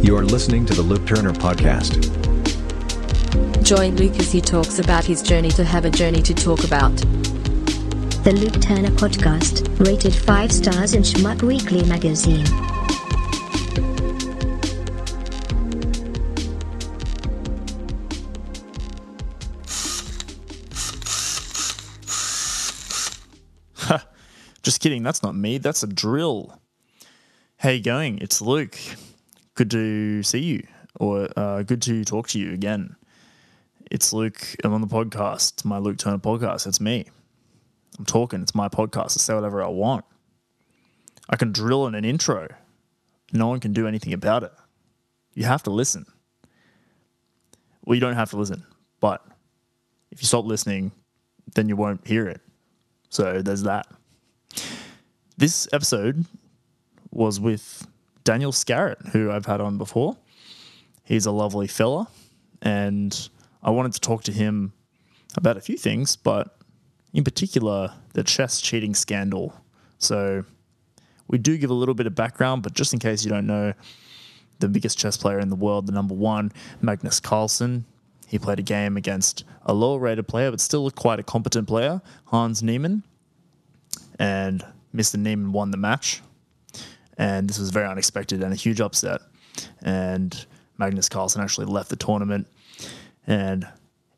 You're listening to the Luke Turner Podcast. Join Luke as he talks about his journey to have a journey to talk about. The Luke Turner Podcast, rated 5 stars in Schmuck Weekly magazine. Just kidding, that's not me, that's a drill. How you going? It's Luke. Good to see you, or uh, good to talk to you again. It's Luke. I'm on the podcast, It's my Luke Turner podcast. It's me. I'm talking. It's my podcast. I say whatever I want. I can drill in an intro. No one can do anything about it. You have to listen. Well, you don't have to listen, but if you stop listening, then you won't hear it. So there's that. This episode was with Daniel Scarrett, who I've had on before. He's a lovely fella, and I wanted to talk to him about a few things, but in particular, the chess cheating scandal. So, we do give a little bit of background, but just in case you don't know, the biggest chess player in the world, the number one, Magnus Carlsen. He played a game against a lower rated player, but still quite a competent player, Hans Niemann. And Mr. Niemann won the match. And this was very unexpected and a huge upset. And Magnus Carlsen actually left the tournament. And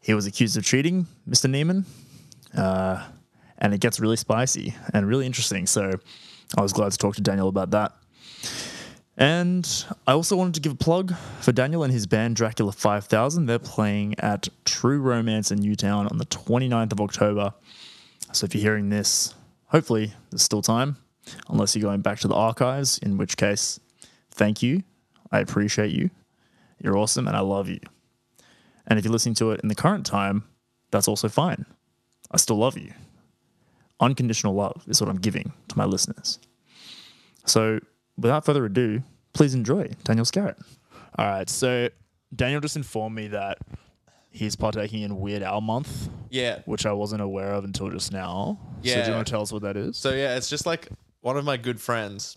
he was accused of cheating, Mr. Niemann and it gets really spicy and really interesting. So I was glad to talk to Daniel about that. And I also wanted to give a plug for Daniel and his band Dracula 5000. They're playing at True Romance in Newtown on the 29th of October. So if you're hearing this, hopefully there's still time, unless you're going back to the archives, in which case, thank you. I appreciate you. You're awesome and I love you. And if you're listening to it in the current time, that's also fine. I still love you unconditional love is what I'm giving to my listeners. So, without further ado, please enjoy Daniel Scarrett. All right. So, Daniel just informed me that he's partaking in Weird Al Month, Yeah. which I wasn't aware of until just now. So, do you Yeah. want to tell us what that is? So yeah, it's just like one of my good friends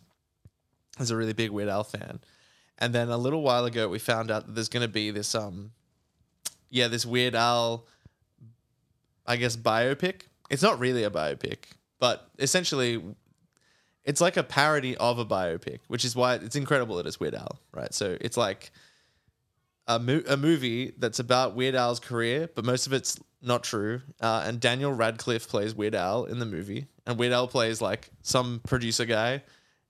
is a really big Weird Al fan, and then a little while ago we found out that there's going to be this um, yeah, this Weird Al, I guess biopic. It's not really a biopic, but essentially, it's like a parody of a biopic, which is why it's incredible that it's Weird Al, right? So it's like a, mo- a movie that's about Weird Al's career, but most of it's not true. Uh, and Daniel Radcliffe plays Weird Al in the movie, and Weird Al plays like some producer guy,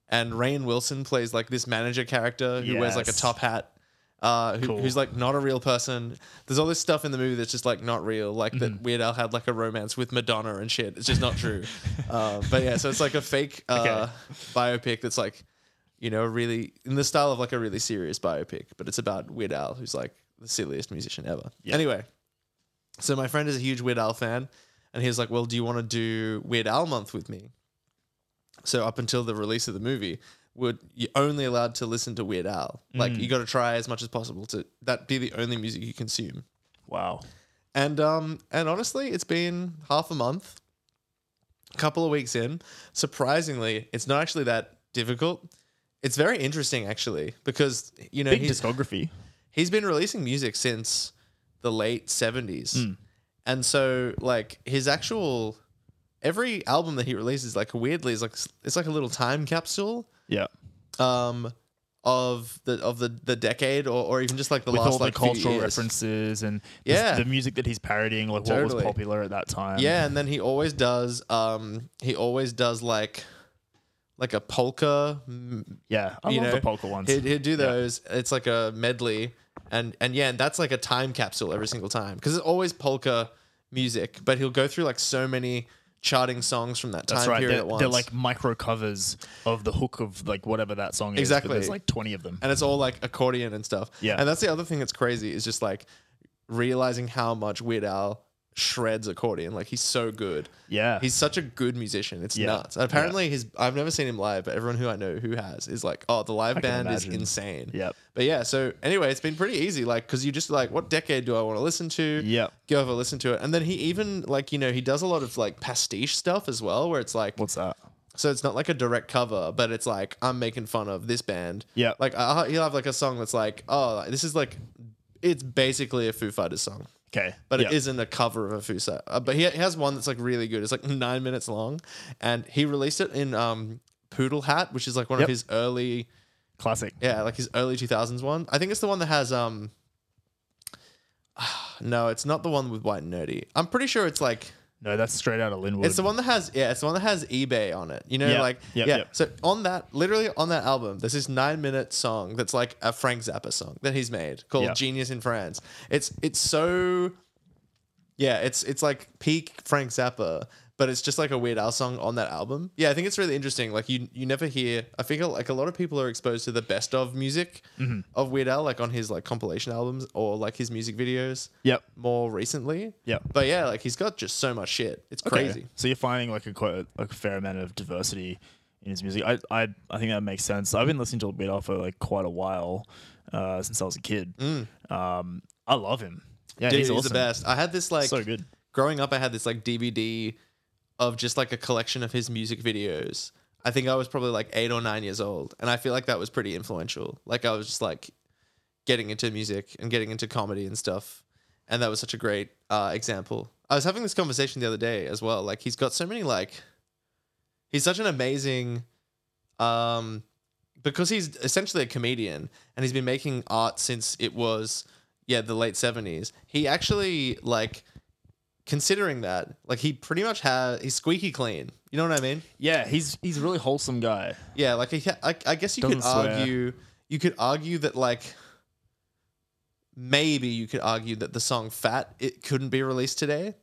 and Rain Wilson plays like this manager character who wears like a Yes. top hat. Uh, who, Cool. Who's like not a real person? There's all this stuff in the movie that's just like not real, like that Weird Al had like a romance with Madonna and shit. It's just not true. uh, but yeah, so it's like a fake uh, biopic that's like you know, really in the style of like a really serious biopic, but it's about Weird Al, who's like the silliest musician ever. Anyway, so my friend is a huge Weird Al fan, and he was like, "Well, do you want to do Weird Al month with me?" So up until the release of the movie, would you only allowed to listen to Weird Al? Like you got to try as much as possible to that be the only music you consume. wow. And um and honestly, it's been half a month, a couple of weeks in. Surprisingly, it's not actually that difficult. It's very interesting actually because you know Big he's, discography. he's been releasing music since the late 70s. Hmm. And so like his actual every album that he releases like weirdly is like it's like a little time capsule Yeah. um of the of the the decade or, or even just like the With last all the like few cultural years. references and the- Yeah. the music that he's parodying, like what was Totally. popular at that time. Yeah, and then he always does. Um, he always does like, like a polka. m- Yeah. I you love know, the polka ones. He'd, he'd do those. It's like a medley, and and yeah, and that's like a time capsule every single time because it's always polka music. But he'll go through like so many charting songs from that time That's right. period They're, at once. they're like micro covers of the hook of like whatever that song is. but Exactly. There's like 20 of them. and it's all like accordion and stuff. Yeah. and that's the other thing that's crazy is just like realizing how much Weird Al shreds accordion. Like he's so good. Yeah. He's such a good musician. It's Yeah. nuts. And apparently, his I've never seen him live, but everyone who I know who has is like, oh, the live can band is imagine. insane. Yep. But yeah, so anyway, it's been pretty easy, like, because you just like, what decade do I want to listen to? Yep. Go over, listen to it, and then he even like, you know, he does a lot of like pastiche stuff as well, where it's like, What's that? So it's not like a direct cover, but it's like I'm making fun of this band. Yeah. Like I, he'll have like a song that's like, oh, this is like, it's basically a Foo Fighters song, Okay. but Yeah. it isn't a cover of a Foo Fighters. Uh, but he, he has one that's like really good. It's like nine minutes long, and he released it in um, Poodle Hat, which is like one Yep. of his early, classic. yeah, like his early 2000s one. I think it's the one that has um. No, it's not the one with White and Nerdy. I'm pretty sure it's like No, that's straight out of Linwood. it's the one that has yeah, it's the one that has eBay on it. You know, Yeah, like yep, yeah. yep. So on that, literally on that album, there's this nine minute song that's like a Frank Zappa song that he's made called Yep. "Genius in France." It's it's so yeah, it's it's like peak Frank Zappa, but it's just like a Weird Al song on that album. Yeah, I think it's really interesting. Like you you never hear. I think like a lot of people are exposed to the best of music of Weird Al, like on his like compilation albums or like his music videos. Yep. More recently. Yep. But yeah, like he's got just so much shit. It's Okay. crazy. So you're finding like a quite like a fair amount of diversity in his music. I I, I think that makes sense. I've been listening to Bit Off for like quite a while uh, since I was a kid. Um, I love him. Yeah, Dude, he's, he's, awesome. the best. I had this like So good. growing up. I had this like DVD of just like a collection of his music videos. I think I was probably like eight or nine years old, and I feel like that was pretty influential. Like I was just like getting into music and getting into comedy and stuff, and that was such a great uh, example. I was having this conversation the other day as well. Like he's got so many like he's such an amazing um because he's essentially a comedian and he's been making art since it was yeah the late 70s he actually like considering that like he pretty much had he's squeaky clean you know what i mean Yeah, he's he's a really wholesome guy. yeah like he, I, I guess you could Doesn't swear. argue you could argue that like maybe you could argue that the song fat it couldn't be released today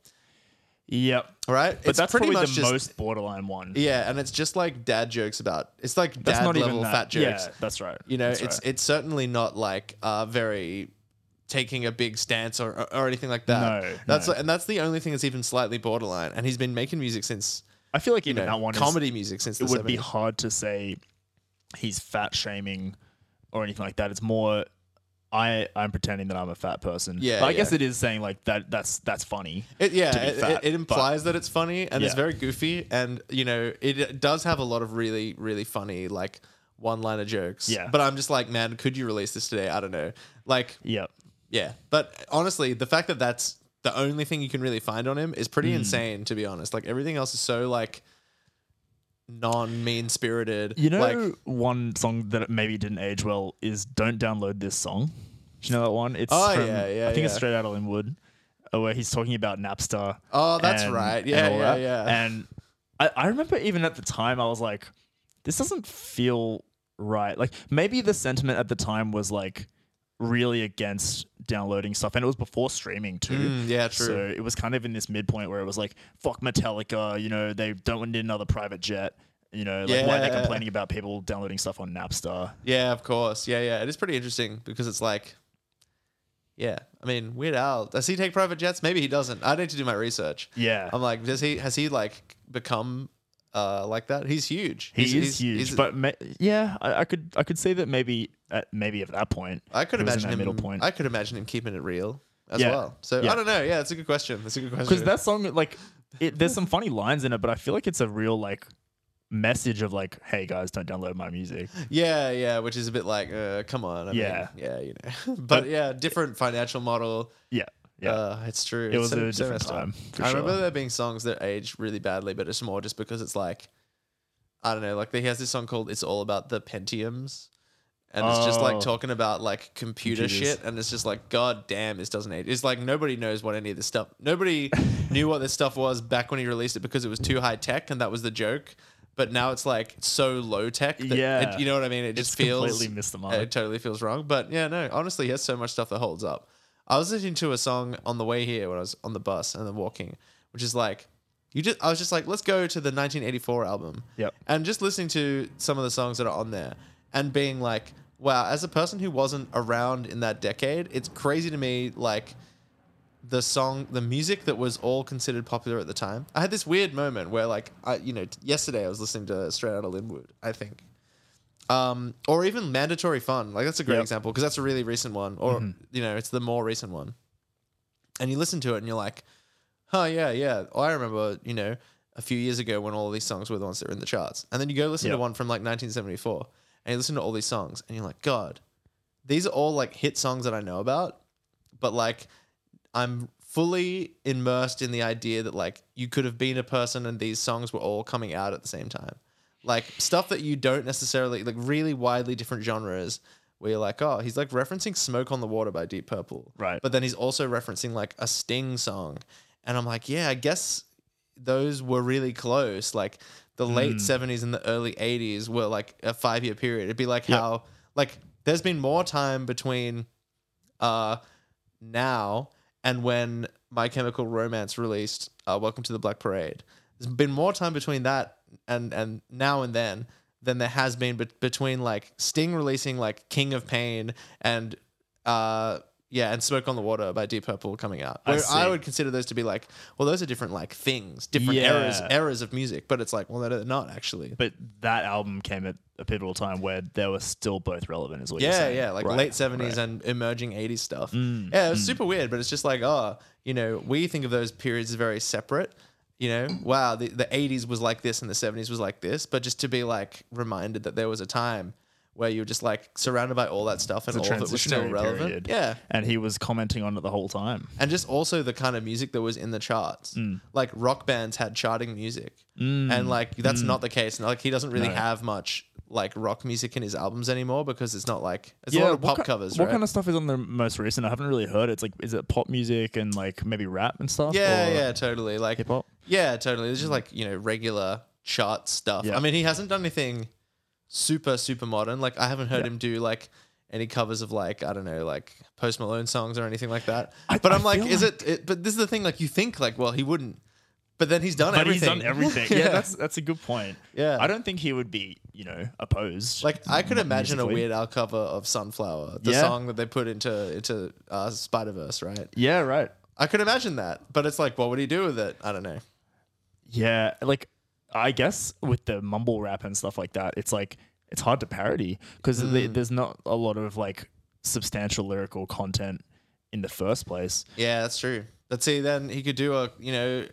Yep. right But that's probably the most borderline one. yeah and it's just like dad jokes about it's like that's dad not level even that. fat jokes Yeah, that's right. You know, That's it's right. it's certainly not like uh, very taking a big stance or, or, or anything like that. No, that's no. and that's the only thing that's even slightly borderline. And he's been making music since I feel like you even know that one is- comedy music since it the would be 70s. hard to say he's fat shaming or anything like that. It's more I I'm pretending that I'm a fat person. Yeah, but I yeah. guess it is saying like that. That's that's funny. It, yeah, to be it, fat, it, it implies that it's funny and it's Yeah. very goofy, and you know it does have a lot of really really funny like one liner jokes. Yeah. but I'm just like, man, could you release this today? I don't know. Like, Yeah. yeah, but honestly, the fact that that's the only thing you can really find on him is pretty Hmm. insane, to be honest. Like everything else is so like non mean spirited. You know, like, one song that maybe didn't age well is "Don't Download This Song." Do you know that one? It's Oh, yeah, yeah, I think it's yeah. straight out of Linwood, uh, where he's talking about Napster. Oh, that's right. Yeah, all yeah, yeah. And I, I remember even at the time I was like, this doesn't feel right. Like maybe the sentiment at the time was like really against downloading stuff, and it was before streaming too. Mm, yeah, true. So it was kind of in this midpoint where it was like, fuck Metallica, you know, they don't need another private jet. You know, like why they're Yeah. complaining about people downloading stuff on Napster. yeah, of course. Yeah, yeah. It is pretty interesting because it's like, yeah. I mean, Weird Al does he take private jets? Maybe he doesn't. I need to do my research. Yeah. I'm like, does he? Has he like become uh like that? He's huge. He He's- is he's- huge, he's- but ma- yeah, I, I could I could say that maybe at maybe at that point I could he was in imagine that him. middle point. I could imagine him keeping it real as Yeah. well. So Yeah. I don't know. Yeah, that's a good question. That's a good question. because that song like it, there's some funny lines in it but i feel like it's a real like message of like hey guys don't download my music Yeah, yeah, which is a bit like, uh, come on. I Yeah. mean, yeah, you know. but, But- yeah, different financial model. yeah yeah Uh, it's true. It It's was a different messed up. time, for I remember sure. there being songs that aged really badly, but it's more just because it's like, I don't know, like he has this song called "It's All About the Pentiums," and it's just Oh. like talking about like computer Computers. shit, and it's just like, god damn, this doesn't age. It's like nobody knows what any of this stuff. Nobody knew what this stuff was back when he released it because it was too high tech, and that was the joke. But now it's like so low tech. That Yeah. it- you know what I mean. It It's just feels completely missed the mark. It totally feels wrong, but yeah, no. Honestly, he has so much stuff that holds up. I was listening to a song on the way here when I was on the bus and then walking, which is like, you just. I was just like, let's go to the 1984 album. Yep. And just listening to some of the songs that are on there and being like, wow, as a person who wasn't around in that decade, it's crazy to me like the song, the music that was all considered popular at the time. I had this weird moment where, like, I, you know, t- yesterday I was listening to Straight Outta Linwood, I think, um, or even Mandatory Fun. Like, that's a great Yep. example because that's a really recent one, or you know, it's the more recent one. And you listen to it and you're like, oh yeah, yeah, oh, I remember, you know, a few years ago when all of these songs were the ones that were in the charts. And then you go listen to Yeah. one from like 1974 and you listen to all these songs and you're like, God, these are all like hit songs that I know about, but like I'm fully immersed in the idea that like you could have been a person and these songs were all coming out at the same time. Like stuff that you don't necessarily like really widely different genres where you're like, oh, he's like referencing Smoke on the Water by Deep Purple. Right. But then he's also referencing like a Sting song. And I'm like, yeah, I guess those were really close. Like the late seventies and the early eighties were like a five year period. It'd be like how like there's been more time between uh now and when My Chemical Romance released uh, Welcome to the Black Parade. There's been more time between that and and now and then than there has been bet between like Sting releasing like King of Pain and uh yeah and Smoke on the Water by Deep Purple coming out. I Where I, see. would consider those to be like well those are different like things, different Yeah. eras eras of music, but it's like well they're not actually. But that album came at a pivotal time where they were still both relevant, is what you're Yeah, saying. yeah, like Right, late seventies right. Mm, and emerging eighties stuff. yeah, it was super weird, but it's just like, oh, you know, we think of those periods as very separate. You know, wow, the the eighties was like this and the seventies was like this, but just to be like reminded that there was a time where you were just like surrounded by all that stuff and It's a all of it was still transitionary relevant. period. Yeah, And he was commenting on it the whole time. and just also the kind of music that was in the charts. Mm. Like rock bands had charting music, and like that's mm. not the case. Like he doesn't really have much like rock music in his albums anymore because it's not like it's a lot of what pop ki- covers. What right? kind of stuff is on the most recent? I haven't really heard. it. It's like, is it pop music and like maybe rap and stuff? Yeah, Or- yeah, totally. Like hip hop? Yeah, totally. It's just like you know regular chart stuff. Yeah. I mean, he hasn't done anything super super modern. Like I haven't heard him do like any covers of like I don't know like Post Malone songs or anything like that. I- but I I'm like, feel is it, it? But this is the thing. Like you think like, well, he wouldn't. But then he's done But everything. he's done everything. yeah, that's that's a good point. Yeah. I don't think he would be, you know, opposed. Like I could imagine a musically. Weird Al cover of Sunflower, the Yeah. song that they put into into uh, Spider Verse, right? yeah, right. I could imagine that, but it's like, what would he do with it? I don't know. Yeah, like I guess with the mumble rap and stuff like that, it's like it's hard to parody because Mm. there's not a lot of like substantial lyrical content in the first place. Yeah, that's true. But see, then he could do a you know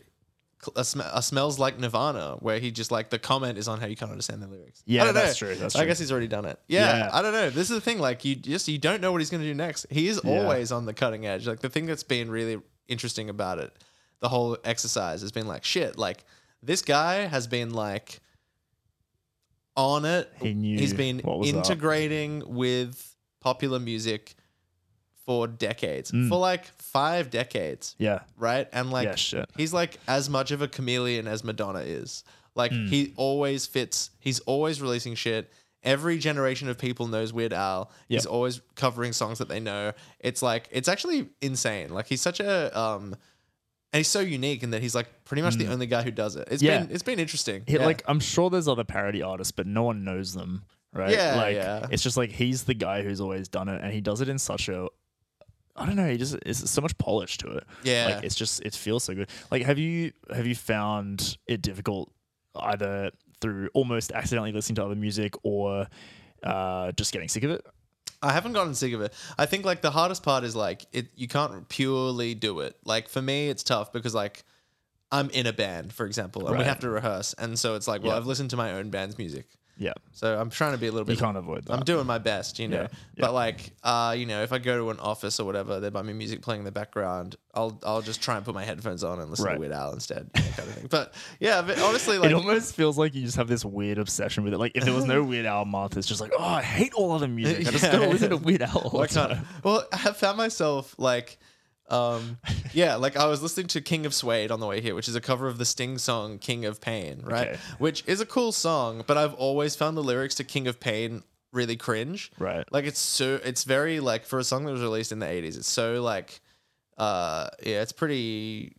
cl- a, sm- a smells like Nirvana, where he just like the comment is on how you can't understand the lyrics. Yeah, I don't know. that's true, that's I true. guess he's already done it. Yeah, Yeah. I don't know. This is the thing. Like you just you don't know what he's going to do next. He is always on the cutting edge. Like the thing that's been really interesting about it, the whole exercise has been like shit. Like this guy has been like on it. He knew He's been what was up. integrating with popular music for decades, Mm. for like five decades, Yeah. right? And like, Yeah, shit. he's like as much of a chameleon as Madonna is. Like, Hmm. he always fits. He's always releasing shit. Every generation of people knows Weird Al. He's Yep. always covering songs that they know. It's like it's actually insane. Like he's such a um, and he's so unique in that he's like pretty much the only guy who does it. It's Hmm. Yeah. been it's been interesting. He- Yeah. Like I'm sure there's other parody artists, but no one knows them, right? Yeah, like yeah. it's just like he's the guy who's always done it, and he does it in such a I don't know. He just it's so much polish to it. Yeah. like it's just it feels so good. Like have you have you found it difficult either through almost accidentally listening to other music or uh, just getting sick of it? I haven't gotten sick of it. I think like the hardest part is like it you can't purely do it. Like for me it's tough because like I'm in a band, for example, and we Right. have to rehearse. And so it's like, well, Yeah. I've listened to my own band's music. Yeah, So I'm trying to be a little bit you can't avoid that. I'm doing my best, you know. Yeah, yeah. But like, uh, you know, if I go to an office or whatever, there might be music playing in the background. I'll I'll just try and put my headphones on and listen to Right. Weird Al instead, you know, kind of thing. But yeah, but honestly, like, it almost feels like you just have this weird obsession with it. Like if there was no Weird Al month, it's just like, oh, I hate all other music. I just Yeah. gotta listen to Weird Al. all Why the can't? time. Well, I have found myself like, um, yeah, like I was listening to King of Suede on the way here, which is a cover of the Sting song "King of Pain," right? Okay. Which is a cool song, but I've always found the lyrics to "King of Pain" really cringe. Right. Like it's so, it's very like for a song that was released in the '80s, it's so like, uh, yeah, it's pretty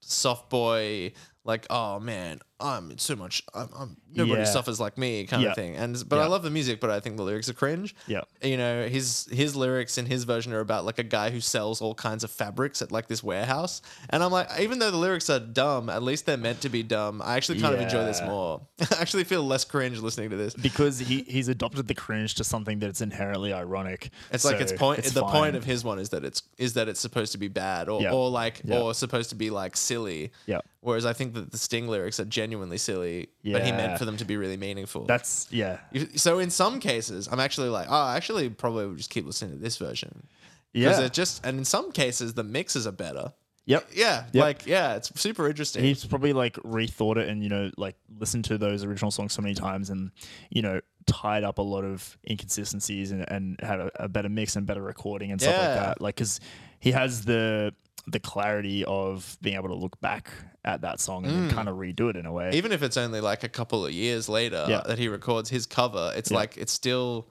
soft boy. Like, oh man, I'm so much. I'm, I'm nobody Yeah. suffers like me, kind Yeah. of thing. And but I Yeah. love the music, but I think the lyrics are cringe Yeah. you know his his lyrics and his version are about like a guy who sells all kinds of fabrics at like this warehouse and i'm like even though the lyrics are dumb at least they're meant to be dumb i actually kind of enjoy this Yeah. more i actually feel less cringe listening to this because he, he's adopted the cringe to something that's inherently ironic. it's like So it's point the fine. point of his one is that it's is that it's supposed to be bad or Yeah. or like Yeah. or supposed to be like silly Yeah. Whereas I think that the Sting lyrics are genuinely silly, but he Yeah. meant for them to be really meaningful. That's yeah, If- so in some cases, I'm actually like, oh, I actually probably would just keep listening to this version. Because yeah, it just and in some cases the mixes are better. yep. Yeah, Yep. like yeah, it's super interesting. He's probably like rethought it and you know like listened to those original songs so many times and you know tied up a lot of inconsistencies and, and had a, a better mix and better recording and stuff Yeah. like that. Like because he has the the clarity of being able to look back at that song and then kind of redo it in a way. Hmm. Even if it's only like a couple of years later Yeah. that he records his cover, it's like it's still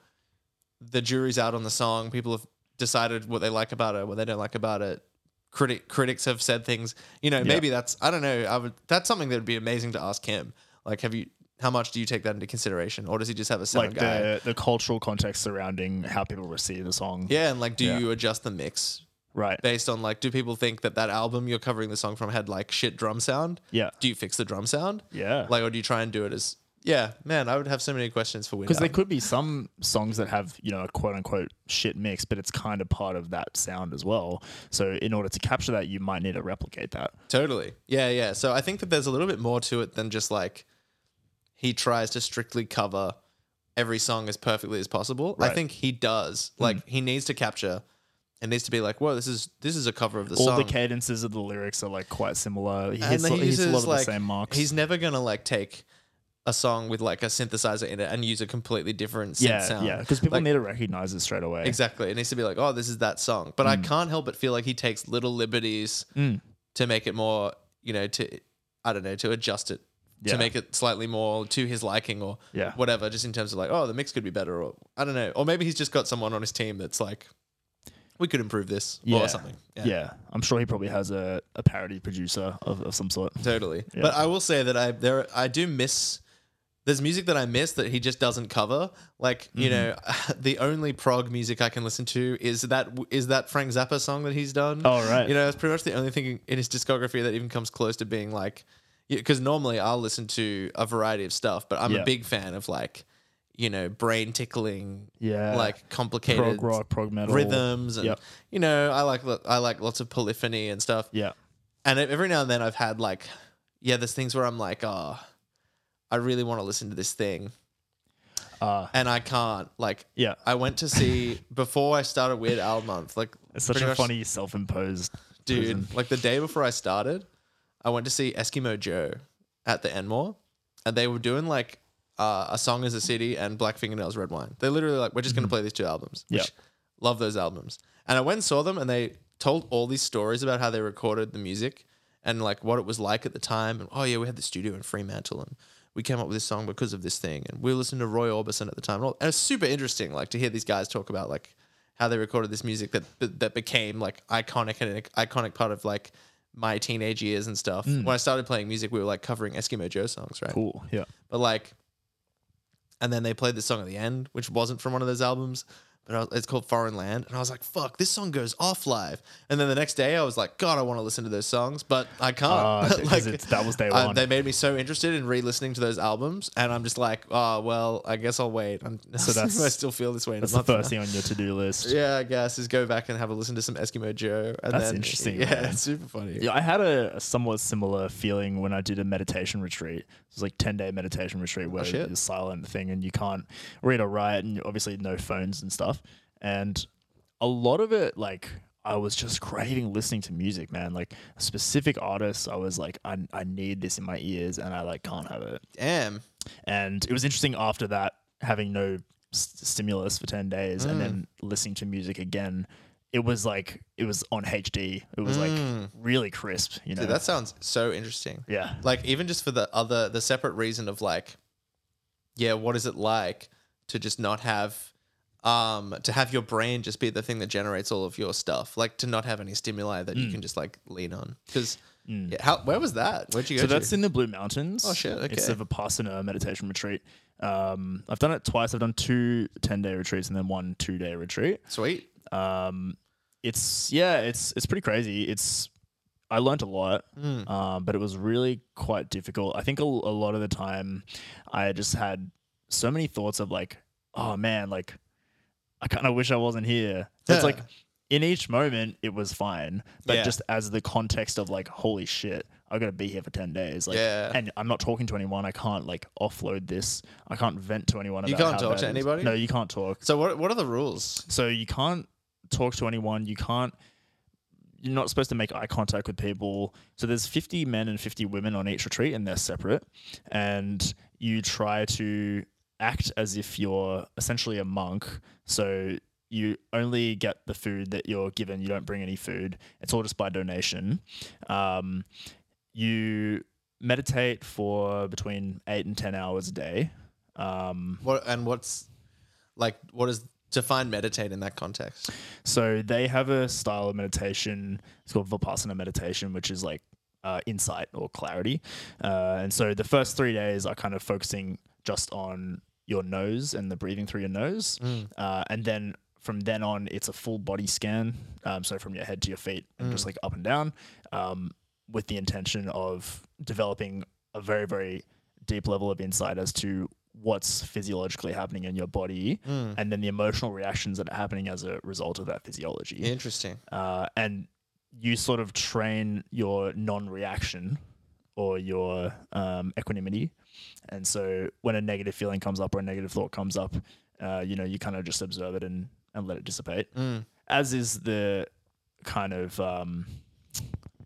the jury's out on the song. People have decided what they like about it, what they don't like about it. Critic critics have said things. You know, maybe that's I don't know. I would that's something that would be amazing to ask him. Like, have you? How much do you take that into consideration, or does he just have a sound like guy? the the cultural context surrounding how people receive the song. yeah, and like, do Yeah. you adjust the mix Right. based on like, do people think that that album you're covering the song from had like shit drum sound? Yeah. Do you fix the drum sound? Yeah. Like, or do you try and do it as? Yeah, man, I would have so many questions for Win. Because there could be some songs that have, you know, a quote unquote shit mix, but it's kind of part of that sound as well. So in order to capture that, you might need to replicate that. Totally. Yeah, yeah. So I think that there's a little bit more to it than just like he tries to strictly cover every song as perfectly as possible. I Right. Hmm. think he does. Like he needs to capture and needs to be like, whoa, this is this is a cover of the All song. the cadences of the lylyrics are like quite similar. He and hits, then he he hits uses a lot of like the same marks. he's never gonna like take a song with like a synthesizer in it and use a completely different synth yeah, sound. yeah. Because people Like, need to recognize it straight away. Exactly. It needs to be like, oh, this is that song. But Mm. I can't help but feel like he takes little liberties to make it more, you know, to, I don't know, to adjust it, Yeah. to make it slightly more to his liking or Yeah. whatever, just in terms of like, oh, the mix could be better or I don't know. Or maybe he's just got someone on his team that's like, we could improve this Yeah. or something. Yeah. I'm sure he probably has a, a parody producer of, of some sort. Totally. But I will say that I there I do miss there's music that I miss that he just doesn't cover. Like, you know, Mm-hmm. the only prog music I can listen to is that is that Frank Zappa song that he's done. Oh, right. You know, it's pretty much the only thing in his discography that even comes close to being like because normally I'll listen to a variety of stuff, but I'm Yeah. a big fan of like, you know, brain tickling, Yeah. like complicated Prog rock, prog metal. rhythms and Yep. you know, I like lo- I like lots of polyphony and stuff. Yeah. And e-, every now and then I've had like, yeah, there's things where I'm like, oh, I really want to listen to this thing. Ah. and I can't. Like, Yeah. I went to see before I started Weird Al month. Like, It's such pretty a much- funny self imposed dude. Like the day before I started, I went to see Eskimo Joe at the Enmore, and they were doing like uh, a song is a city and Black Fingernails Red Wine. They literally like we're just gonna play these two albums. Mm-hmm. Yeah. which- love those albums. And I went and saw them, and they told all these stories about how they recorded the music and like what it was like at the time. And oh yeah, we had the studio in Fremantle, and we came up with this song because of this thing. And we were listening to Roy Orbison at the time, and, all, and it's super interesting like to hear these guys talk about like how they recorded this music that that became like iconic and an iconic part of like my teenage years and stuff. When I started playing music, we were like covering Eskimo Joe songs, right? Cool. Yeah. But like, and then they played this song at the end, which wasn't from one of those albums, but I was, it's called Foreign Land. And I was like, fuck, this song goes off live. And then the next day I was like, God, I want to listen to those songs, but I can't. Ah, 'cause it's- that was day I- one. they made me so interested in re listening to those albums. And I'm just like, oh, well, I guess I'll wait. I'm, so that's- that's, I still feel this way. in a That's the month from first now. thing on your to do list. Yeah, I guess is go back and have a listen to some Eskimo Joe. And That's then, interesting, Yeah, man. it's super funny. Yeah, I had a, a somewhat similar feeling when I did a meditation retreat. It was like ten day meditation retreat where Oh, shit. it's a silent thing and you can't read or write, and obviously no phones and stuff. And a lot of it, like I was just craving listening to music, man. Like specific artists, I was like, I, I need this in my ears, and I like can't have it. Damn. And it was interesting after that, having no s- stimulus for 10 days and then Mm. listening to music again. It was like, it was on HD. It was like really crisp, you know? Mm. Dude, that sounds so interesting. yeah. like even just for the other the separate reason of like yeah what is it like to just not have um to have your brain just be the thing that generates all of your stuff like to not have any stimuli that Mm. you can just like lean on because yeah, how where was that where'd you go So to? that's in the Blue Mountains. Oh, shit, It's a okay. Vipassana meditation retreat. Um, I've done it twice. I've done two 10 day retreats and then one two day retreat. sweet it's yeah, it's it's pretty crazy. It's I learnt a lot, Hmm. um, but it was really quite difficult. I think a, a lot of the time, I just had so many thoughts of like, oh man, like I kind of wish I wasn't here. It's Yeah. like in each moment it was fine, but Yeah. just as the context of like, holy shit, I gotta be here for ten days. Like, Yeah. and I'm not talking to anyone. I can't like offload this. I can't vent to anyone. You about can't how talk bad to it is. anybody? No, you can't talk. So what what are the rules? So you can't talk to anyone. You can't. You're not supposed to make eye contact with people. So there's 50 men and 50 women on each retreat, and they're separate. And you try to act as if you're essentially a monk. So you only get the food that you're given. You don't bring any food. It's all just by donation. Um, you meditate for between eight and ten hours a day. Um, What and what's like what is define meditate in that context? So they have a style of meditation. It's called Vipassana meditation, which is like uh, insight or clarity. Uh, and so the first three days are kind of focusing just on your nose and the breathing through your nose. Uh, and then from then on, it's a full body scan. Um, so from your head to your feet and just like up and down um, with the intention of developing a very, very deep level of insight as to what's physiologically happening in your body and then the emotional reactions that are happening as a result of that physiology. Interesting. Uh, and you sort of train your non reaction or your um, equanimity. And so when a negative feeling comes up or a negative thought comes up, uh, you know, you kind of just observe it and, and let it dissipate, Mm. as is the kind of. Um,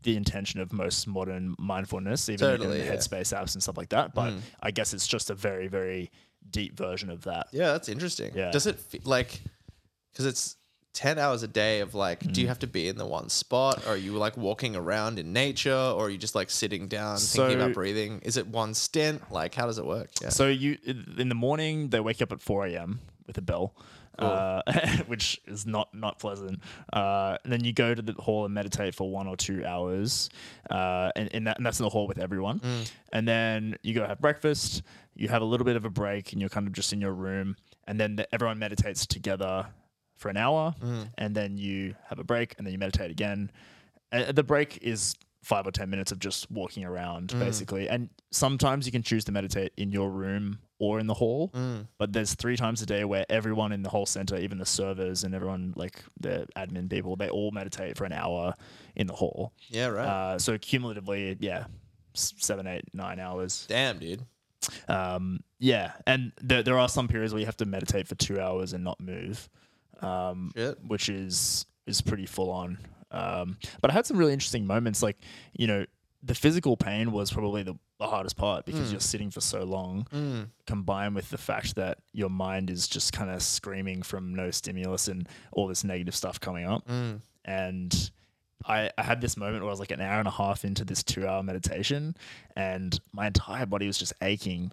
the intention of most modern mindfulness, even Totally, in yeah. Mm. Headspace apps and stuff like that. But I guess it's just a very, very deep version of that. Yeah, that's interesting. Yeah. Does it fe- like because it's ten hours a day of like? Do Mm-hmm. you have to be in the one spot, or are you like walking around in nature, or are you just like sitting down thinking So- about breathing? Is it one stint? Like, how does it work? Yeah. So you in the morning they wake up at four a.m. with a bell, uh, which is not not pleasant. Uh, and then you go to the hall and meditate for one or two hours, uh, and, and, that, and that's in the hall with everyone. And then you go have breakfast. You have a little bit of a break, and you're kind of just in your room. And then the, everyone meditates together for an hour, and then you have a break, and then you meditate again. Uh, the break is five or ten minutes of just walking around Mm. basically and sometimes you can choose to meditate in your room or in the hall Mm. but there's three times a day where everyone in the whole center even the servers and everyone like the admin people they all meditate for an hour in the hall yeah. Right. uh, so cumulatively yeah s- seven eight nine hours Damn, dude. um, yeah and there, there are some periods where you have to meditate for two hours and not move Shit. which is is pretty full on. Um, but I had some really interesting moments. Like you know, the physical pain was probably the, the hardest part because you're sitting for so long, combined with the fact that your mind is just kind of screaming from no stimulus and all this negative stuff coming up. And I, I had this moment where I was like an hour and a half into this two hour meditation, and my entire body was just aching,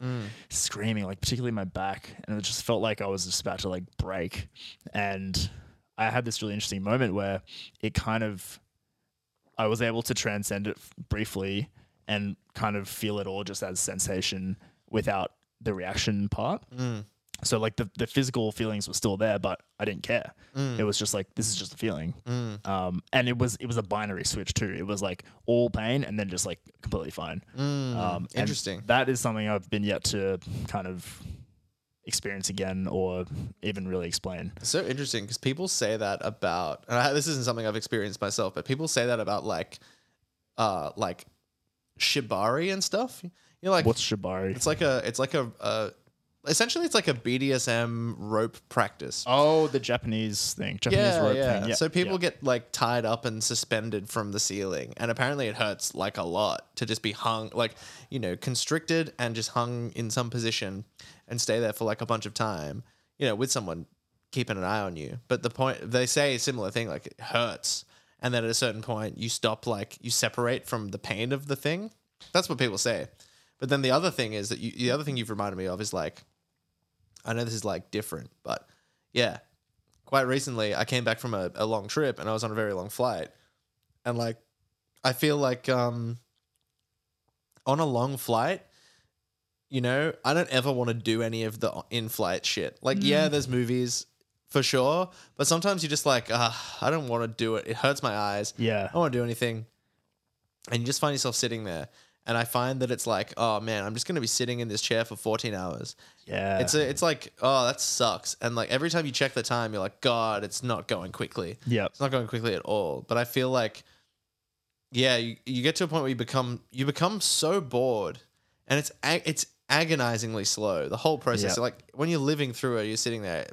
screaming, like particularly my back. And it just felt like I was just about to like break. And I had this really interesting moment where it kind of, I was able to transcend it f- briefly and kind of feel it all just as sensation without the reaction part. Mm. So like the, the physical feelings were still there, but I didn't care. Mm. It was just like this is just a feeling, um, and it was it was a binary switch too. It was like all pain and then just like completely fine. um, and Mm. interesting. That is something I've been yet to kind of experience again or even really explain. It's so interesting because people say that about and I, this isn't something I've experienced myself, but people say that about like, uh, like shibari and stuff. You know, like What's shibari? It's like a it's like a uh, essentially it's like a BDSM rope practice. oh, the Japanese thing, Japanese yeah, rope yeah. thing. Yeah, So people yeah. get like tied up and suspended from the ceiling, and apparently it hurts like a lot to just be hung, like you know, constricted and just hung in some position and stay there for like a bunch of time, you know, with someone keeping an eye on you. But the point they say a similar thing, like it hurts, and then at a certain point you stop, like you separate from the pain of the thing. That's what people say. But then the other thing is that you, the other thing you've reminded me of is like, I know this is like different, but yeah, quite recently I came back from a, a long trip and I was on a very long flight. And like I feel like um on a long flight, you know, I don't ever want to do any of the in flight shit. Like, yeah, there's movies for sure, but sometimes you're just like, ah, I don't want to do it. It hurts my eyes. Yeah. I don't want to do anything. And you just find yourself sitting there. And I find that it's like, oh man, I'm just gonna be sitting in this chair for 14 hours. yeah. It's a, it's like, oh, that sucks. And like every time you check the time, you're like, God, it's not going quickly. Yep. It's not going quickly at all. But I feel like yeah, you, you get to a point where you become you become so bored, and it's ag- it's agonizingly slow. The whole process, Yeah. like when you're living through it, you're sitting there,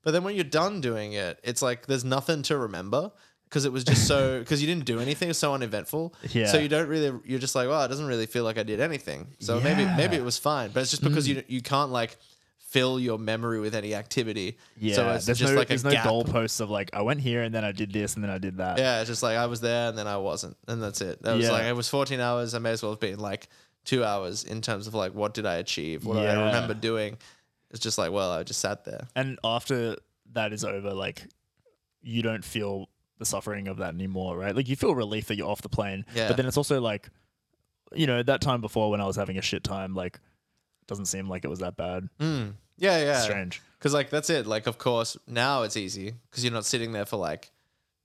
but then when you're done doing it, it's like there's nothing to remember because it was just so because you didn't do anything, it was so uneventful. Yeah. So you don't really you're just like, well, it doesn't really feel like I did anything. So maybe maybe it was fine, but it's just because Hmm. you you can't like fill your memory with any activity. Yeah, So it's there's just no, like a there's no gap. goalposts of like I went here and then I did this and then I did that. Yeah, it's just like I was there and then I wasn't, and that's it. That was Yeah. like it was 14 hours. I may as well have been like two hours in terms of like what did I achieve, what do I Yeah. remember doing. It's just like well, I just sat there. And after that is over, like you don't feel the suffering of that anymore, right? Like you feel relief that you're off the plane. Yeah. But then it's also like, you know, that time before when I was having a shit time, like doesn't seem like it was that bad. Mm. Yeah, yeah. Strange. Because like that's it. Like of course now it's easy because you're not sitting there for like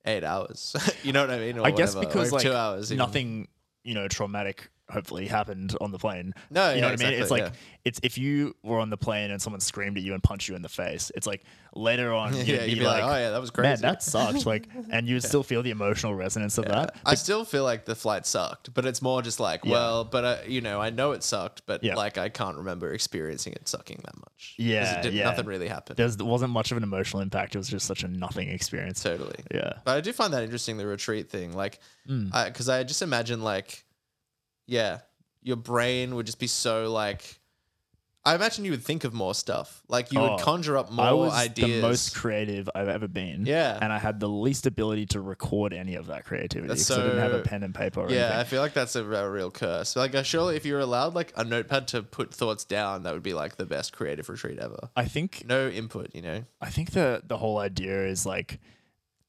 eight hours. you know what I mean? Or I guess whatever, because or like two hours. even. nothing, you know, traumatic hopefully happened on the plane. No, you yeah, know what I mean. It's exactly, like it's if you were on the plane and someone screamed at you and punched you in the face. It's like later on, you'd Yeah, be, you'd be like, like, oh yeah, that was crazy. man, that sucked. Like, and you would still feel the emotional resonance of that. I still feel like the flight sucked, but it's more just like, well, but I, you know, I know it sucked, but Yeah. like I can't remember experiencing it sucking that much. 'Cause Yeah, it did, yeah. nothing really happened. There's, there wasn't much of an emotional impact. It was just such a nothing experience. totally. yeah. Mm. But I do find that interesting the retreat thing, like, because I just imagine like, yeah, your brain would just be so like. I imagine you would think of more stuff. Like you Oh, would conjure up more I was ideas. the most creative I've ever been. Yeah. And I had the least ability to record any of that creativity That's because I didn't have a so- pen and paper or yeah, I anything. feel like that's a, r- real curse. Like, uh, surely if you were allowed like a notepad to put thoughts down, that would be like the best creative retreat ever. I think No input, you know. I think the the whole idea is like,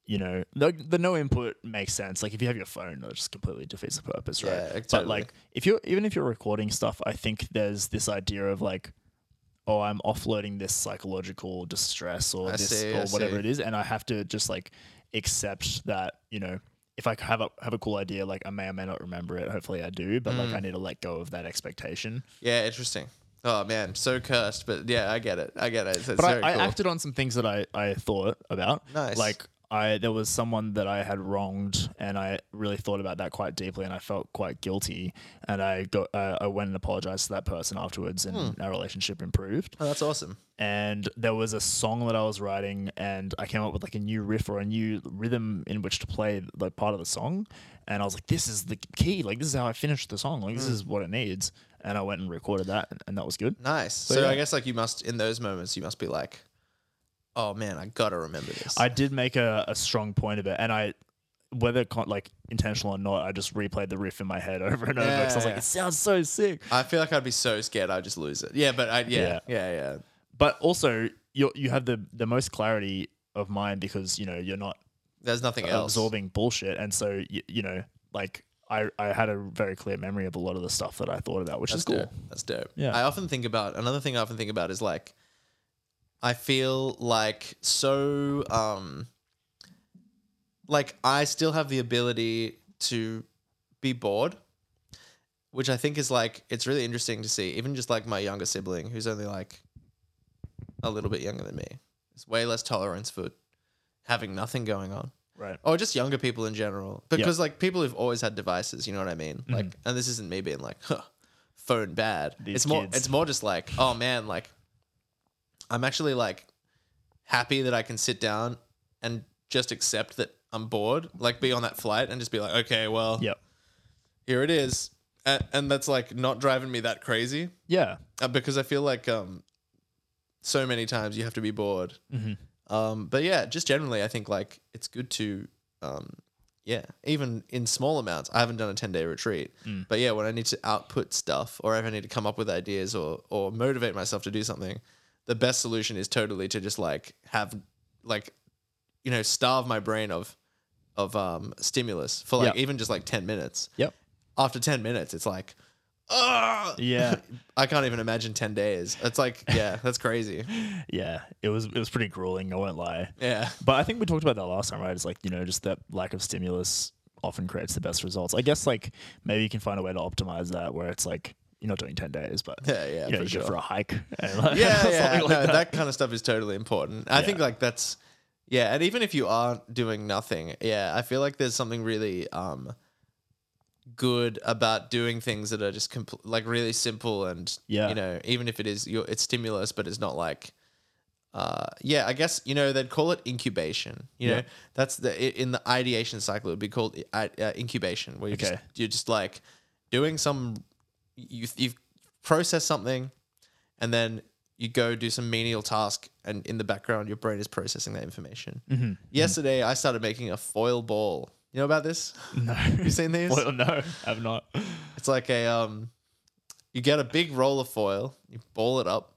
you know, the, the no input makes sense. Like if you have your phone, that just completely defeats the purpose, right? Yeah, But totally. like if you're even if you're recording stuff, I think there's this idea of like, oh, I'm offloading this psychological distress or I this see, or I whatever see. it is, and I have to just like accept that you know. If I have a have a cool idea, like I may or may not remember it. Hopefully, I do, but Mm. like I need to let go of that expectation. Yeah, interesting. Oh man, so cursed, but yeah, I get it. I get it. It's, it's but very I, cool. I acted on some things that I, I thought about. Nice. Like I there was someone that I had wronged, and I really thought about that quite deeply, and I felt quite guilty, and I got uh, I went and apologized to that person afterwards, and our relationship improved. oh, that's awesome. And there was a song that I was writing, and I came up with like a new riff or a new rhythm in which to play like part of the song, and I was like, this is the key, like this is how I finished the song, like this is what it needs, and I went and recorded that, and, and that was good. Nice. So, yeah. I guess like you must in those moments you must be like, oh man, I gotta remember this. I did make a, a strong point of it, and I, whether con- like intentional or not, I just replayed the riff in my head over and over because I was like, Yeah. it sounds so sick. I feel like I'd be so scared I'd just lose it. Yeah, but I yeah Yeah. yeah yeah. But also, you you have the the most clarity of mind because you know you're not There's nothing else. absorbing bullshit, and so you, you know like. I, I had a very clear memory of a lot of the stuff that I thought about, which That's is cool. dope. That's dope. Yeah. I often think about another thing I often think about is like I feel like so um like I still have the ability to be bored, which I think is like it's really interesting to see. Even just like my younger sibling who's only like a little bit younger than me. There's way less tolerance for having nothing going on Right. or just younger people in general because like people who've always had devices you know what i mean Mm-hmm. like and this isn't me being like huh, phone bad These it's more kids. it's more just like oh man like i'm actually like happy that i can sit down and just accept that i'm bored like be on that flight and just be like okay well Yep. here it is and, and that's like not driving me that crazy Yeah. uh, because I feel like um, so many times you have to be bored. Um, but yeah, just generally, I think like it's good to, um, yeah, even in small amounts. I haven't done a ten day retreat, but yeah, when I need to output stuff or if I need to come up with ideas or or motivate myself to do something, the best solution is totally to just like have like, you know, starve my brain of of um, stimulus for like Yeah. even just like ten minutes. Yep. After ten minutes, it's like. ah. Yeah. I can't even imagine 10 days. It's like, yeah, that's crazy. yeah. It was it was pretty grueling, I won't lie. Yeah. But I think we talked about that last time, right? It's like, you know, just that lack of stimulus often creates the best results. I guess like maybe you can find a way to optimize that where it's like you're not doing 10 days, but Yeah, yeah, you, know, for you sure. go for a hike. And like, Yeah, something yeah. like no, that. that. kind of stuff is totally important. I think like that's yeah, and even if you aren't doing nothing, yeah, I feel like there's something really um good about doing things that are just compl- like really simple and Yeah. you know even if it is your it's stimulus but it's not like uh yeah i guess you know they'd call it incubation you Yeah. know that's the i- in the ideation cycle it would be called i- uh, incubation where you Okay. just you're just like doing some you you've processed something and then you go do some menial task and in the background your brain is processing that information yesterday i started making a foil ball you know about this No. you seen these Well, no, I've not. it's like a um, you get a big roll of foil, you ball it up,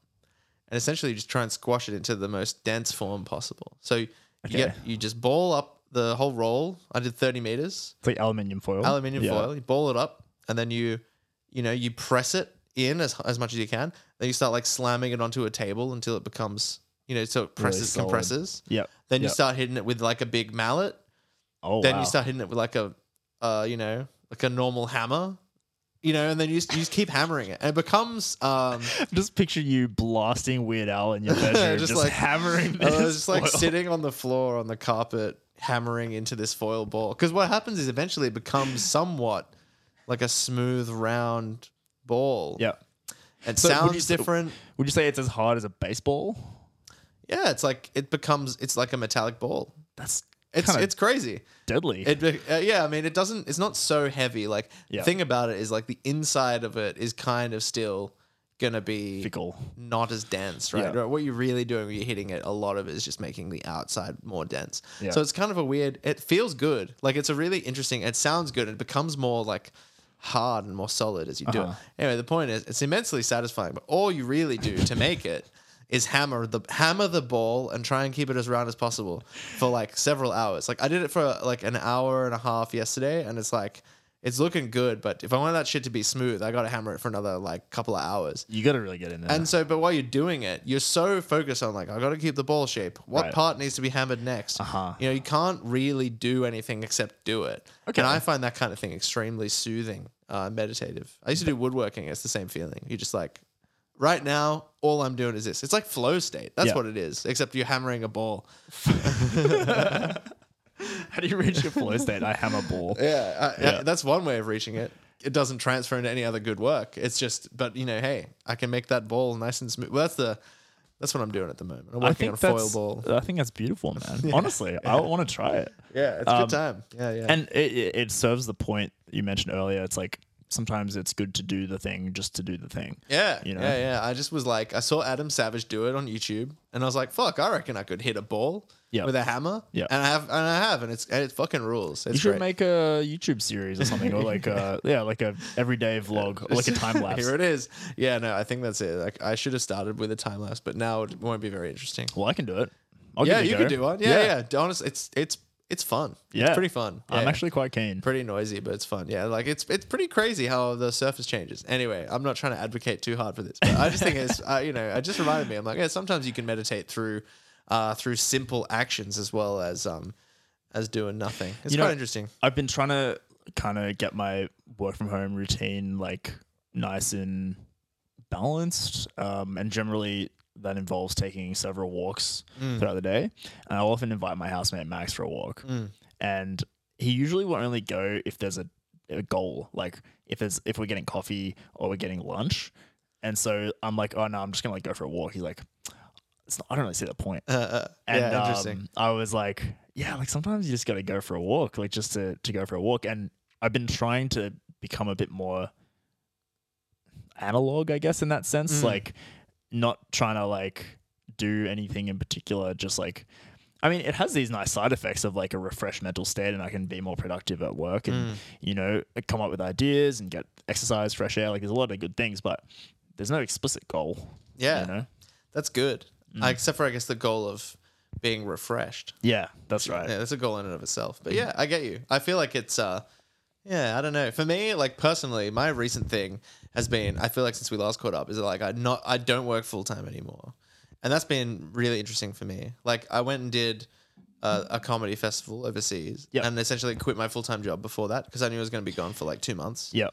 and essentially you just try and squash it into the most dense form possible. So you get you just ball up the whole roll. I did thirty meters, It's like aluminium foil. aluminium Yeah. foil. You ball it up, and then you, you know, you press it in as as much as you can. Then you start like slamming it onto a table until it becomes, you know, so it presses solid. compresses. Yep. Then you Yep. start hitting it with like a big mallet. Oh, Then wow. you start hitting it with like a, uh, you know, like a normal hammer, you know, and then you just, you just keep hammering it, and it becomes um, Just picture you blasting Weird Al in your bedroom, just, just, like hammering I this. was just like foil. sitting on the floor on the carpet hammering into this foil ball because what happens is eventually it becomes somewhat like a smooth round ball. Yeah. it So would you sounds say- different. Would you say it's as hard as a baseball? Yeah, it's like it becomes it's like a metallic ball. That's It's Kinda- it's crazy. deadly. It be- uh, yeah, I mean it doesn't it's not so heavy. Like Yeah. the thing about it is like the inside of it is kind of still gonna be Fickle. not as dense, right? Yeah. Right, What you're really doing when you're hitting it, a lot of it is just making the outside more dense. Yeah. So it's kind of a weird. It feels good. Like it's a really interesting. It sounds good. It becomes more like hard and more solid as you do Uh-huh. it. Anyway, the point is, it's immensely satisfying. But all you really do to make it is hammer the hammer the ball and try and keep it as round as possible for like several hours. Like I did it for like an hour and a half yesterday, and it's like. It's looking good, but if I want that shit to be smooth, I gotta hammer it for another like couple of hours. You got to really get in there. And so, but while you're doing it, you're so focused on like, I got to keep the ball shape. What Right. part needs to be hammered next? Uh-huh. You know, you can't really do anything except do it. Okay. And I find that kind of thing extremely soothing, uh, meditative. I used to do woodworking. It's the same feeling. You just like, right now, all I'm doing is this. It's like flow state. That's Yeah. what it is. Except you're hammering a ball. How do you reach your flow state? I hammer ball. Yeah, I, I- Uh, that's one way of reaching it. It doesn't transfer into any other good work. It's just, but you know, hey, I can make that ball nice and smooth. Well, that's the, that's what I'm doing at the moment. I'm I working think on a foil that's. ball. I think that's beautiful, man. Honestly, I want to try it. Yeah, it's Um, a good time. Yeah, yeah. And it, it it serves the point you mentioned earlier. It's like sometimes it's good to do the thing just to do the thing. yeah, you know? yeah, yeah. I just was like, I saw Adam Savage do it on YouTube, and I was like, fuck, I reckon I could hit a ball Yeah. with a hammer. Yeah. and I have, and I have, and it's and it fucking rules. It's You should great. make a YouTube series or something, or like a yeah, like a everyday vlog, or like a time lapse. Here it is. Yeah, no, I think that's it. Like, I should have started with a time lapse, but now it won't be very interesting. Well, I can do it. I'll give it yeah, a you go. could do one. Yeah, yeah. Honestly, it's it's it's fun. Yeah. it's pretty fun. I'm Yeah. actually quite keen. pretty noisy, but it's fun. Yeah, like it's it's pretty crazy how the surface changes. Anyway, I'm not trying to advocate too hard for this, but I just think it's uh, you know it just reminded me. I'm like, yeah, sometimes you can meditate through uh, through simple actions as well as um as doing nothing. It's You quite know- interesting. I've been trying to kind of get my work from home routine like nice and balanced, um, and generally that involves taking several walks Mm. throughout the day. And I'll often invite my housemate Max for a walk, Mm. and he usually will only go if there's a, a goal, like if there's if we're getting coffee or we're getting lunch. And so I'm like, oh no, I'm just gonna like go for a walk. He's like, it's not, I don't really see the point. And Uh, yeah, interesting. um, I was like, yeah, like sometimes you just got to go for a walk, like just to, to go for a walk. And I've been trying to become a bit more analog, I guess, in that sense, Mm. like not trying to like do anything in particular, just like. I mean, it has these nice side effects of like a refreshed mental state, and I can be more productive at work Mm. and, you know, come up with ideas and get exercise, fresh air. Like, there's a lot of good things, but there's no explicit goal. Yeah, You know? Mm. that's good. Uh, except for I guess the goal of being refreshed. Yeah, that's right. Mm. Yeah, that's a goal in and of itself. But yeah, I get you. I feel like it's uh yeah, I don't know. For me, like personally, my recent thing has been I feel like since we last caught up is that like I not I don't work full time anymore. And that's been really interesting for me. Like I went and did uh, a comedy festival overseas Yep. and essentially quit my full-time job before that because I knew I was going to be gone for like 2 months. Yeah.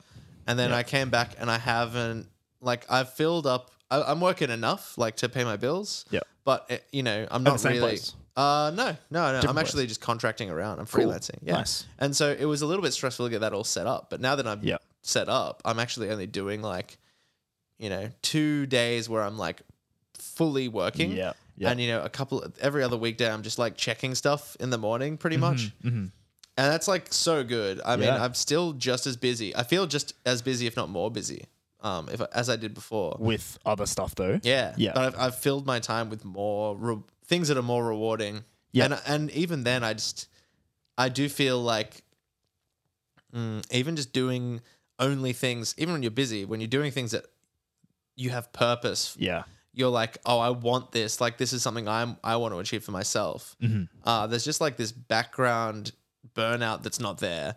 And then I came back and I haven't like I've filled up I, I'm working enough like to pay my bills. Yeah. But eh, you know, I'm not the same really. place? Uh, no, no, no. I'm Different actually just contracting around. I'm Cool. freelancing. Yeah. Nice. And so it was a little bit stressful to get that all set up. But now that I'm Yeah. set up, I'm actually only doing like, you know, two days where I'm like fully working. Yeah, yeah. And you know, a couple every other weekday, I'm just like checking stuff in the morning, pretty much. Mm-hmm. And that's like so good. I mean, Yeah. I'm still just as busy. I feel just as busy, if not more busy, um, if as I did before. With other stuff though. Yeah, Yeah. But I've, I've filled my time with more re- things that are more rewarding. Yeah. and and even then, I just I do feel like mm, even just doing only things, even when you're busy, when you're doing things that you have purpose Yeah. you're like, oh, I want this. Like this is something I'm I want to achieve for myself. Mm-hmm. Uh, there's just like this background burnout that's not there.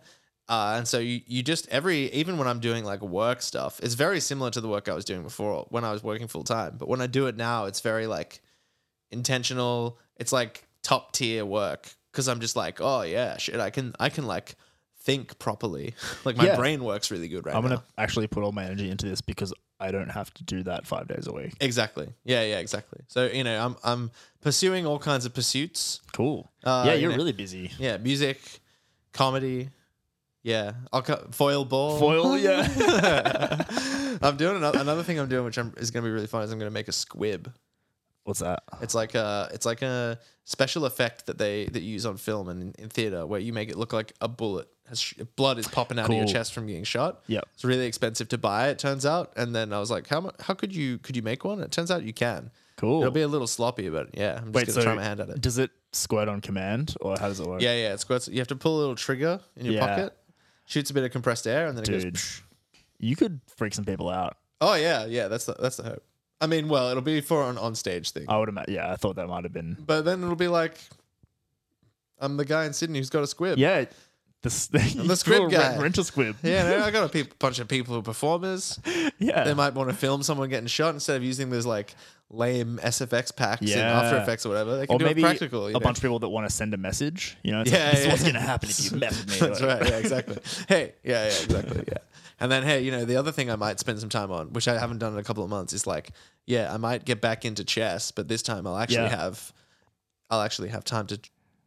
Uh, and so you, you just every even when I'm doing like work stuff, it's very similar to the work I was doing before when I was working full time. But when I do it now, it's very like intentional. It's like top tier work because I'm just like, oh yeah, shit, I can I can like think properly. like my Yeah. brain works really good right I'm now. gonna actually put all my energy into this because I don't have to do that five days a week. Exactly. Yeah, yeah, exactly. So, you know, I'm I'm pursuing all kinds of pursuits. Cool. Uh, yeah, you you're know. really busy. Yeah, music, comedy. Yeah, I'll cut foil ball. Foil, yeah. I'm doing another, another thing I'm doing, which I'm, is going to be really fun. Is I'm going to make a squib. What's that? It's like a it's like a special effect that they that you use on film and in, in theater, where you make it look like a bullet has sh- blood is popping out of Cool. your chest from getting shot. Yep. it's really expensive to buy. It turns out, and then I was like, how mu- how could you could you make one? It turns out you can. Cool. It'll be a little sloppy, but yeah, I'm just Wait, gonna so try my hand at it. does it squirt on command or how does it work? Yeah, yeah, it squirts. You have to pull a little trigger in your Yeah. pocket, shoots a bit of compressed air, and then it dude, goes. you could freak some people out. Oh yeah, yeah. That's the that's the hope. I mean, well, it'll be for an on stage thing, I would imagine. Yeah, I thought that might have been. but then it'll be like, I'm the guy in Sydney who's got a squib. Yeah, the s- the squib guy. rental squib. Yeah, no, I got a peop bunch of people who are performers. yeah. They might want to film someone getting shot instead of using those like lame SFX packs and After Yeah. Effects or whatever. They can or do maybe it practical. a you know? bunch of people that want to send a message. You know, it's Yeah, like, this is yeah. what's gonna happen if you mess with me. That's right. Yeah, exactly. hey, yeah, yeah, exactly. Yeah. And then, hey, you know, the other thing I might spend some time on, which I haven't done in a couple of months, is like, yeah, I might get back into chess, but this time I'll actually Yeah. have, I'll actually have time to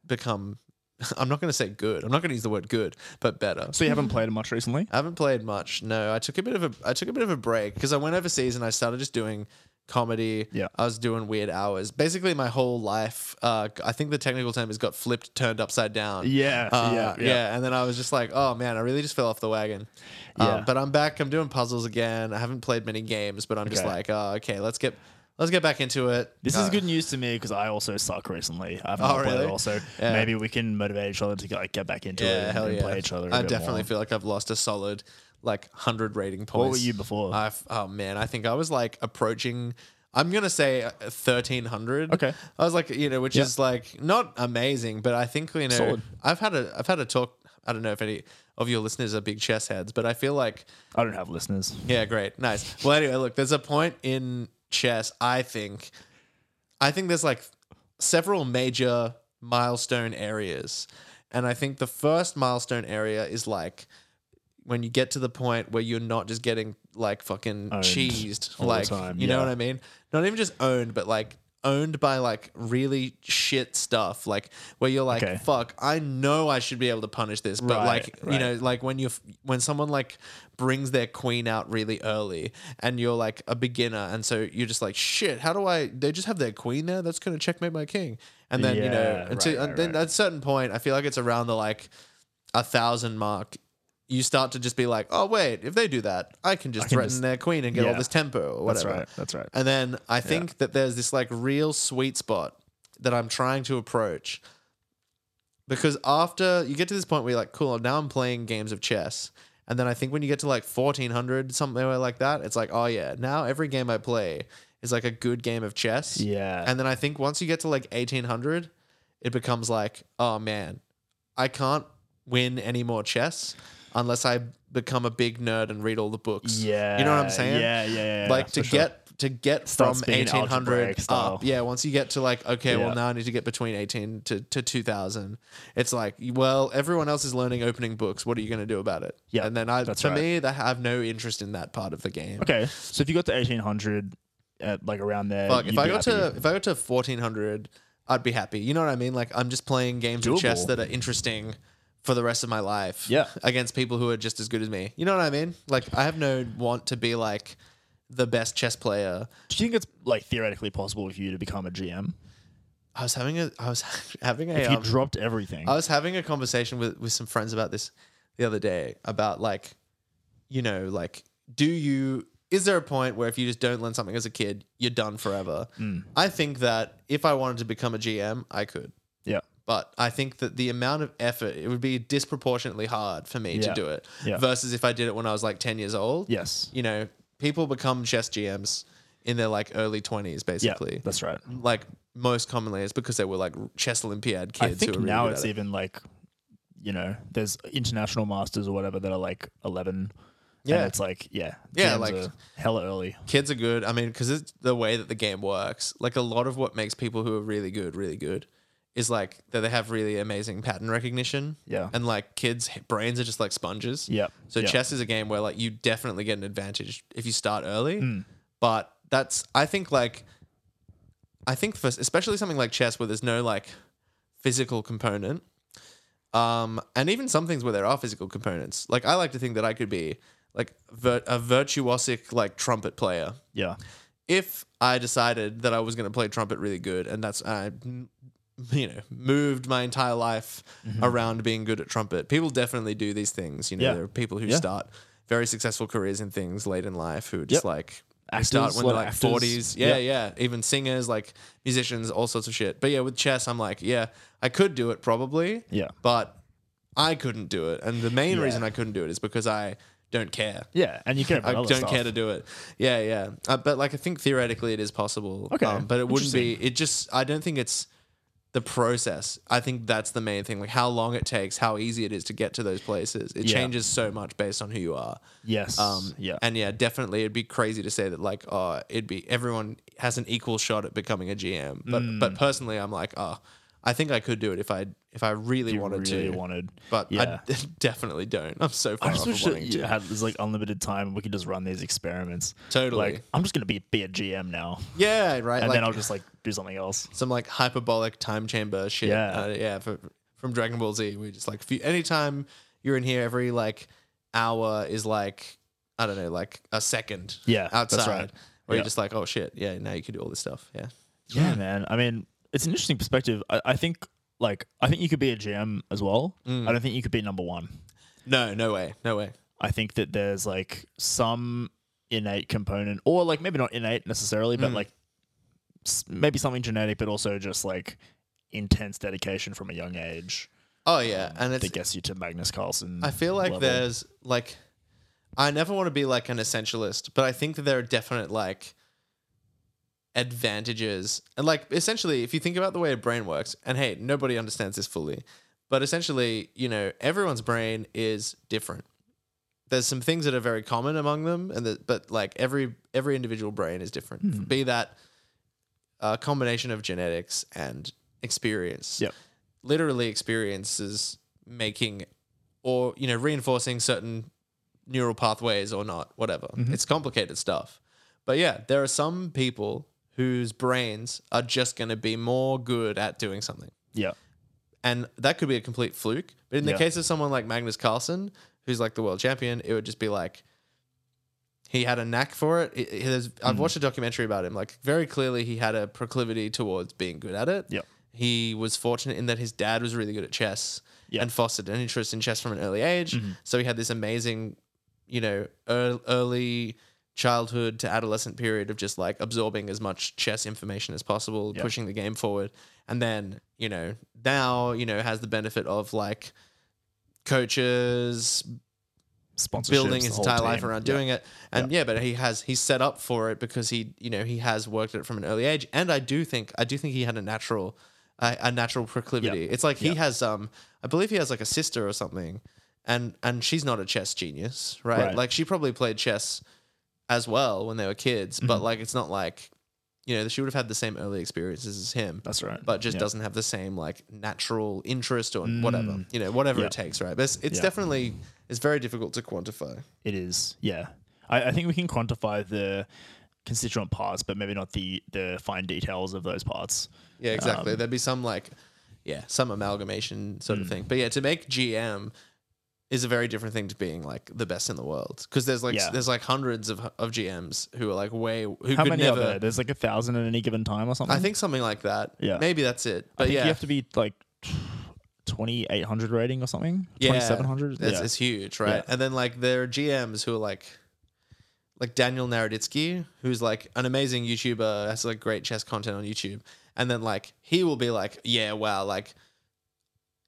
become. I'm not going to say good. I'm not going to use the word good, but better. So you haven't played it much recently? I haven't played much. No, I took a bit of a I took a bit of a break because I went overseas and I started just doing comedy. Yeah. I was doing weird hours. Basically, my whole life. Uh, I think the technical term is got flipped, turned upside down. Yeah, Uh, yeah, yeah. And then I was just like, oh man, I really just fell off the wagon. Um, Yeah. But I'm back. I'm doing puzzles again. I haven't played many games, but I'm just Okay. like, oh, okay, let's get let's get back into it. This Uh, is good news to me because I also suck recently. I've Oh, not played really? it also. Yeah. Maybe we can motivate each other to like get back into it Yeah, and, hell and yeah. play each other. I I definitely feel like I've lost a solid like hundred rating points. were you before? I've oh man, I think I was like approaching. I'm gonna say uh, thirteen hundred. Okay. I was like you know, which Yeah. is like not amazing, but I think you know, Solid. I've had a I've had a talk. I don't know if any of your listeners are big chess heads, but I feel like I don't have listeners. yeah, great, nice. Well, anyway, look, there's a point in chess. I think, I think there's like several major milestone areas, and I think the first milestone area is like when you get to the point where you're not just getting like fucking Owned cheesed, all the like time, you know yeah. what I mean? Not even just owned, but like owned by like really shit stuff, like where you're like, Okay. fuck, I know I should be able to punish this, but Right, like you right. know, like when you when someone like brings their queen out really early and you're like a beginner and so you're just like shit how do i they just have their queen there that's going to checkmate my king and then you know Yeah, until right, right, and then right. at a certain point i feel like it's around the like a thousand mark you start to just be like oh wait if they do that i can just I can threaten just- their queen and get all yeah. this tempo or That's whatever right, that's right. and then i think that there's this like real sweet spot that i'm trying to approach because after you get to this point where you're like, cool, now I'm playing games of chess. And then I think when you get to like 1400, somewhere like that, it's like, oh yeah, now every game I play is like a good game of chess. Yeah. And then I think once you get to like 1800, it becomes like, oh man, I can't win any more chess unless I become a big nerd and read all the books. yeah. You know what I'm saying? Yeah, yeah, yeah. like to for sure. get to get Start from speaking 1800 algebraic style. up yeah once you get to like okay Yeah. well now i need to get between 18 to, to 2000 it's like well everyone else is learning opening books what are you going to do about it Yeah, and then i that's for right. me that i have no interest in that part of the game Okay, so if you got to 1800, at like around there. Fuck, you'd if I be got happy. to if I got to fourteen hundred, I'd be happy. You know what I mean? Like I'm just playing games of chess Doable. that are interesting for the rest of my life. Yeah. Against people who are just as good as me. You know what I mean? Like I have no want to be like the best chess player. do you think it's like theoretically possible for you to become a GM I was having a I was having a if you um, dropped everything? I was having a conversation with, with some friends about this the other day about like, you know, like, do you, is there a point where if you just don't learn something as a kid, you're done forever? Mm. I think that if I wanted to become a GM, I could. yeah, But I think that the amount of effort, it would be disproportionately hard for me Yeah. to do it Yeah. versus if I did it when I was like 10 years old. yes, You know, people become chess GMs in their like early 20s, yeah, basically. that's right. like, most commonly, it's because they were like chess Olympiad kids. I think who were really now good it's at it. even like, you know, there's international masters or whatever that are like 11. Yeah. And it's like, yeah. Yeah, GMs like- are hella early. kids are good. I mean, because it's the way that the game works. Like a lot of what makes people who are really good really good is like that they have really amazing pattern recognition. Yeah. and like kids' h- brains are just like sponges. Yep. So Yep. chess is a game where like you definitely get an advantage if you start early. Hmm. But that's I think like I think for especially something like chess where there's no like physical component. Um, and even some things where there are physical components. Like I like to think that I could be like vir- a virtuosic like trumpet player. Yeah. If I decided that I was going to play trumpet really good, and that's I, you know, moved my entire life around being good at trumpet. People definitely do these things. You know, Mm-hmm. Yeah. there are people who Yeah. start very successful careers in things late in life who are Yep. just like Actors, start when a lot of they're like actors. forties. Yeah, yeah. Even singers, like musicians, all sorts of shit. But yeah, with chess, I'm like, yeah, I could do it probably. Yeah. But I couldn't do it. And the main reason I couldn't do it is because I don't care. Yeah. And you care about I other don't stuff. care to do it. Yeah, yeah. Uh, but like, I think theoretically it is possible. um, Okay, but it wouldn't be. It just. I don't think it's the process. I think that's the main thing. Like how long it takes, how easy it is to get to those places. It Yeah. changes so much based on who you are. Yes. Um, yeah. And yeah, definitely, it'd be crazy to say that like, oh, it'd be everyone has an equal shot at becoming a GM. But Mm. but personally, I'm like, oh, I think I could do it if I if I really you wanted really to. wanted. but yeah. I definitely don't. I'm so I far just off of wish that wanting to. you had this like unlimited time. We could just run these experiments. Totally. Like I'm just gonna be be a GM now, Yeah, right. and like, then I'll just like do something else. some like hyperbolic time chamber shit. Yeah. Uh, yeah. For, from Dragon Ball Z, we just like if you, anytime you're in here, every like hour is like I don't know, like a second. Yeah, that's outside. right. Where Yeah. you're just like, oh shit, yeah, now you can do all this stuff. Yeah, Yeah, man. I mean, it's an interesting perspective. I, I think like I think you could be a GM as well. Mm. I don't think you could be number one. no, no way, no way. I think that there's like some innate component, or like maybe not innate necessarily, Mm. but like s- maybe something genetic, but also just like intense dedication from a young age Oh yeah, and it's that gets you to Magnus Carlsen. I feel like level. there's like I never want to be like an essentialist, but I think that there are definite like advantages. And like essentially if you think about the way a brain works, and hey, nobody understands this fully, but essentially, you know, everyone's brain is different. There's some things that are very common among them and that but like every every individual brain is different. Be that a combination of genetics and experience Yep. literally experiences making or you know reinforcing certain neural pathways or not whatever it's complicated stuff but yeah there are some people whose brains are just going to be more good at doing something Yeah. and that could be a complete fluke but in the Yeah. case of someone like magnus carlsen who's like the world champion it would just be like he had a knack for it. It- it- there's- Hmm. I've watched a documentary about him. Like very clearly, he had a proclivity towards being good at it. Yep. He was fortunate in that his dad was really good at chess Yep. Mm-hmm. and fostered an interest in chess from an early age. So he had this amazing, you know, ear- early childhood to adolescent period of just like absorbing as much chess information as possible, pushing the game forward. And then, you know, now, you know, has the benefit of like coaches, Sponsorships, building the his whole entire life team. around Yeah. doing it. And yeah. but he has he's set up for it because he you know he has worked at it from an early age. And I do think I do think he had a natural a, a natural proclivity. Yeah. It's like he has um I believe he has like a sister or something, and and she's not a chess genius, right? Right. Like she probably played chess as well when they were kids, Mm-hmm. but like it's not like you know she would have had the same early experiences as him. That's right. But just Yeah. Mm. doesn't have the same like natural interest or whatever you know whatever it takes, right? But it's, it's Yeah. definitely it's very difficult to quantify. It is, yeah. I, I think we can quantify the constituent parts, but maybe not the the fine details of those parts. Yeah, exactly. Um, There'd be some like, yeah, some amalgamation sort Mm. of thing. But yeah, to make GM is a very different thing to being like the best in the world because there's like Yeah. there's like hundreds of of GMs who are like way who How could many never. are there? There's like a thousand at any given time or something. I think something like that. Yeah. maybe that's it. I But think yeah, you have to be like twenty eight hundred rating or something. yeah, Twenty seven hundred. That's it's huge, right? Yeah. And then like there are GMs who are like. Like Daniel Naroditsky, who's like an amazing YouTuber, has like great chess content on YouTube, and then like he will be like, yeah, wow, like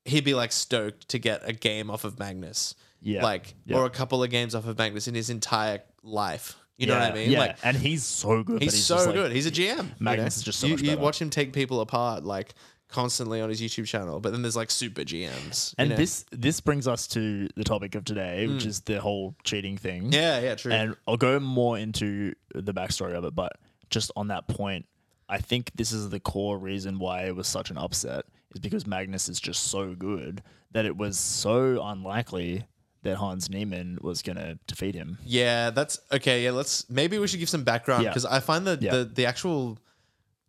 he'd be like stoked to get a game off of Magnus, Yeah. like Yeah. or a couple of games off of Magnus in his entire life. You know what I mean? Yeah, Like and he's so good. that he's, so just, like- good. He's a GM. Magnus you know? is just so you, much you better. watch him take people apart like constantly on his YouTube channel, but then there's like super GMs. you and know? this this brings us to the topic of today, Mm. which is the whole cheating thing. yeah, yeah, true. And I'll go more into the backstory of it, but just on that point, I think this is the core reason why it was such an upset is because Magnus is just so good that it was so unlikely that Hans Niemann was going to defeat him. yeah, that's okay. Yeah, let's maybe we should give some background Yeah. because I find that Yeah. the the actual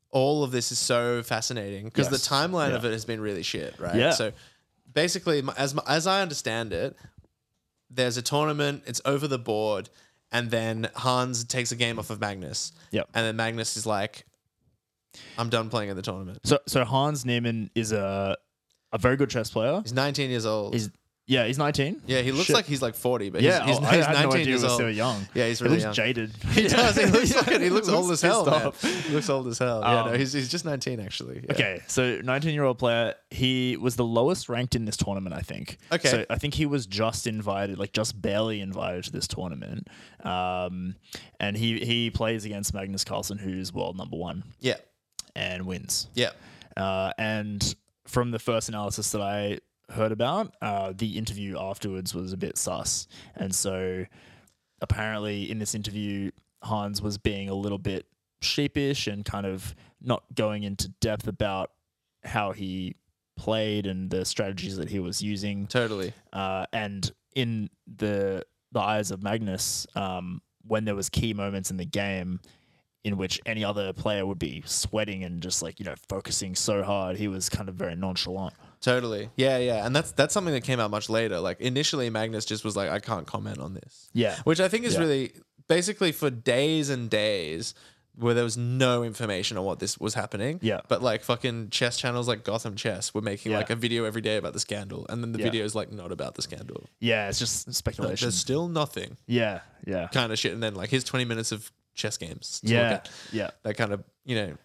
all of this is so fascinating because Yes. the timeline of Yeah. it has been really shit, right? Yeah. So basically, m- as m- as I understand it, there's a tournament. It's over the board, and then Hans takes a game off of Magnus. Yep. And then Magnus is like, "I'm done playing in the tournament." So so Hans Niemann is a a very good chess player. He's 19 years old. Is yeah, he's 19. yeah, he looks Shit. like he's like 40, but yeah, he's, oh, he's, I he's had no 19 idea he years was old. still young. Yeah, he's he really looks young. jaded. He does. He looks like he looks He old looks as hell. pissed Man. off. He looks old as hell. yeah, no, Um, he's he's just 19 actually. Yeah. Okay, so 19 year old player, he was the lowest ranked in this tournament, I think. Okay. So I think he was just invited, like just barely invited to this tournament. Um, and he, he plays against Magnus Carlsen, who's world number one, Yeah. and wins. Yeah. Uh, and from the first analysis that I heard about, uh, the interview afterwards was a bit sus. And so apparently, in this interview, Hans was being a little bit sheepish and kind of not going into depth about how he played and the strategies that he was using. Totally. Uh, and in the the eyes of Magnus, um, when there was key moments in the game in which any other player would be sweating and just like you know focusing so hard, he was kind of very nonchalant. Totally. Yeah, yeah. And that's that's something that came out much later. Like initially Magnus just was like I can't comment on this. Yeah. Which I think is Yeah. really basically for days and days where there was no information on what this was happening. Yeah. But like fucking chess channels like Gotham Chess were making Yeah. like a video every day about the scandal and then the Yeah. video is like not about the scandal. Yeah, it's just Like, speculation. there's still nothing yeah, yeah, kind of shit and then like here's 20 minutes of chess games. to look yeah, at. yeah. that kind of you know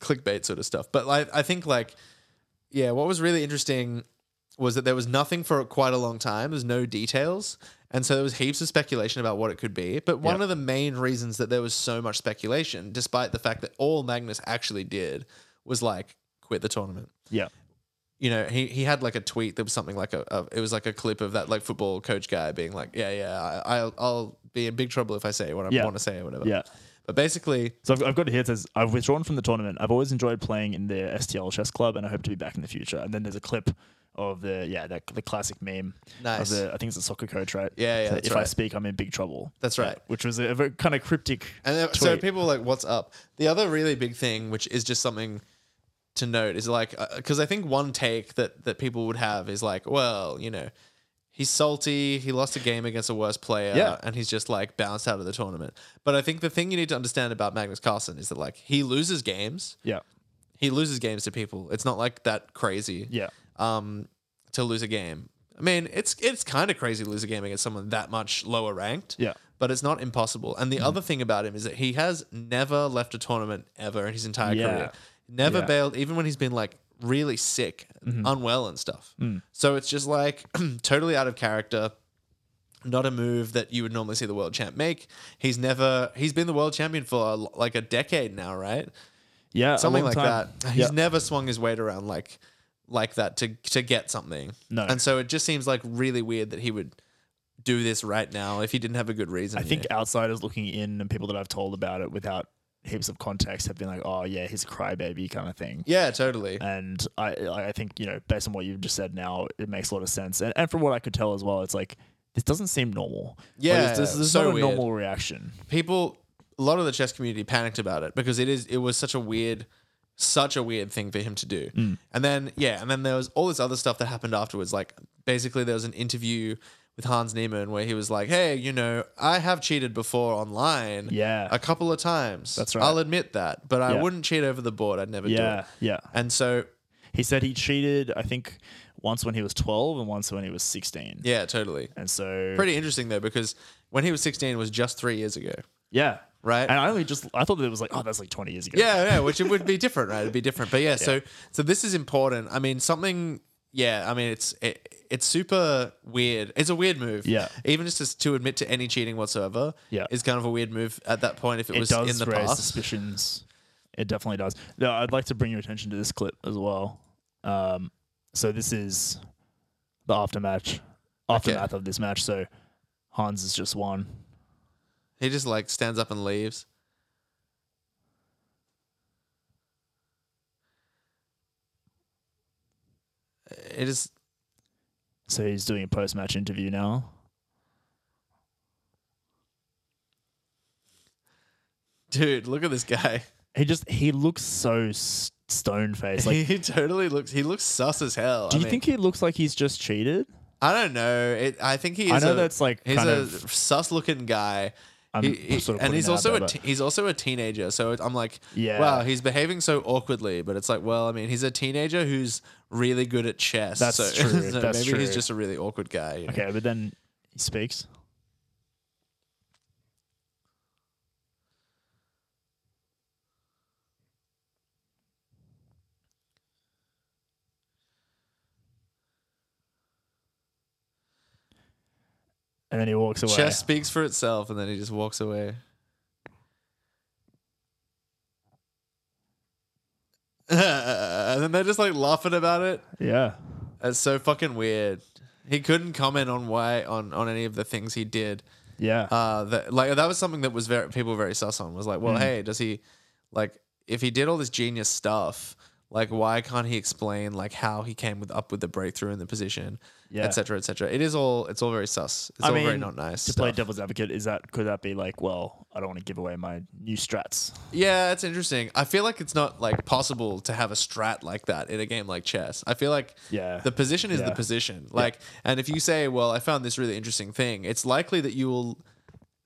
clickbait sort of stuff. But I, I think like yeah, what was really interesting was that there was nothing for quite a long time. There's no details, and so there was heaps of speculation about what it could be. But one Yeah. of the main reasons that there was so much speculation, despite the fact that all Magnus actually did was like quit the tournament. Yeah. You know, he, he had like a tweet that was something like a, a it was like a clip of that like football coach guy being like, yeah, yeah, I, I'll I'll be in big trouble if I say what I Yeah. want to say or whatever. Yeah. But basically, So I've, I've got it here. It says, I've withdrawn from the tournament. I've always enjoyed playing in the STL chess club and I hope to be back in the future. And then there's a clip of the, yeah, that, the classic meme. Nice. Of the, I think it's a soccer coach, right? Yeah, yeah, So that's if I right. speak, I'm in big trouble. That's Yeah, right. which was a, very kind of cryptic. And then- so tweet. people were like, "What's up?" The other really big thing, which is just something to note, is like because I think one take that that people would have is like, "Well, you know, he's salty. He lost a game against a worse player, Yeah. and he's just like bounced out of the tournament." But I think the thing you need to understand about Magnus Carlsen is that like he loses games. Yeah. He loses games to people. It's not like that crazy Yeah. um, to lose a game. I mean, it's it's kind of crazy to lose a game against someone that much lower ranked. Yeah. Mm. But it's not impossible. And the other thing about him is that he has never left a tournament ever in his entire Yeah. career. Never Yeah. Mm-hmm. bailed, even when he's been like really sick, unwell, and stuff. Mm. So it's just like totally out of character. Not a move that you would normally see the world champ make. He's never. He's been the world champion for like a decade now, right? Yeah. a something long like time. that. He's Yeah. never swung his weight around like like that to to get something. No. and so it just seems like really weird that he would do this right now if he didn't have a good reason. I you think know? outsiders looking in and people that I've told about it without heaps of context have been like, oh, yeah, he's a crybaby kind of thing. Yeah, totally. And I, I think you know, based on what you've just said now, it makes a lot of sense. And, and from what I could tell as well, it's like this doesn't seem normal. Like, Yeah, this, this is so not a weird. normal reaction. People a lot of the chess community panicked about it because it is it was such a weird such a weird thing for him to do. Mm. And then yeah, and then there was all this other stuff that happened afterwards. Like basically there was an interview with Hans Niemann where he was like, "Hey, you know, I have cheated before online, Yeah. a couple of times. That's right. I'll admit that, but I Yeah. wouldn't cheat over the board. I'd never do Yeah, it." yeah. And so He said he cheated, I think, once when he was 12 and once when he was 16. yeah, totally. And so, Pretty interesting though because when he was 16 was just 3 years ago. yeah. Right. And I only just, I thought that it was like, oh, that's like 20 years ago. Yeah, yeah, which it would be different, right? It'd be different. But yeah, so so this is important. I mean, something. Yeah, I mean, it's it, it's super weird. It's a weird move. Yeah. even just to, to admit to any cheating whatsoever. Yeah. is kind of a weird move at that point. If it, It was does in the raise past, suspicions. It definitely does. No, I'd like to bring your attention to this clip as well. Um, so this is the aftermatch, aftermath of this match. So Hans has just won. he just like stands up and leaves. It is So he's doing a post-match interview now. dude. Look at this guy. He just he looks so s- stone faced. Like, he totally looks. He looks sus as hell. do I you mean- think he looks like he's just cheated? I don't know. It, I think he. Is I know a, that's, like, he's kind a of- sus looking guy. I'm He- he- sort of and putting he's that out also there, a but- te- he's also a teenager. So it- I'm like, Yeah. wow, he's behaving so awkwardly. But it's like, well, I mean, he's a teenager who's really good at chess. That's so, true, so that's maybe he's true. just a really awkward guy. you know? Okay, but then he speaks. And then he walks away. Chess speaks for itself, and then he just walks away. and then they're just like laughing about it. Yeah. That's so fucking weird. He couldn't comment on why on on any of the things he did. Yeah. Uh, that like that was something that was very people were very sus on. Was like, Mm. well, hey, does he like if he did all this genius stuff? Like, why can't he explain like how he came with up with the breakthrough in the position, Yeah. et cetera, et cetera? It is all it's all very sus. It's all very not nice. To play stuff. devil's advocate, is that could that be like, well, I don't want to give away my new strats. Yeah, it's interesting. I feel like it's not like possible to have a strat like that in a game like chess. I feel like Yeah. the position is Yeah. the position. Like, and if you say, "Well, I found this really interesting thing," it's likely that you will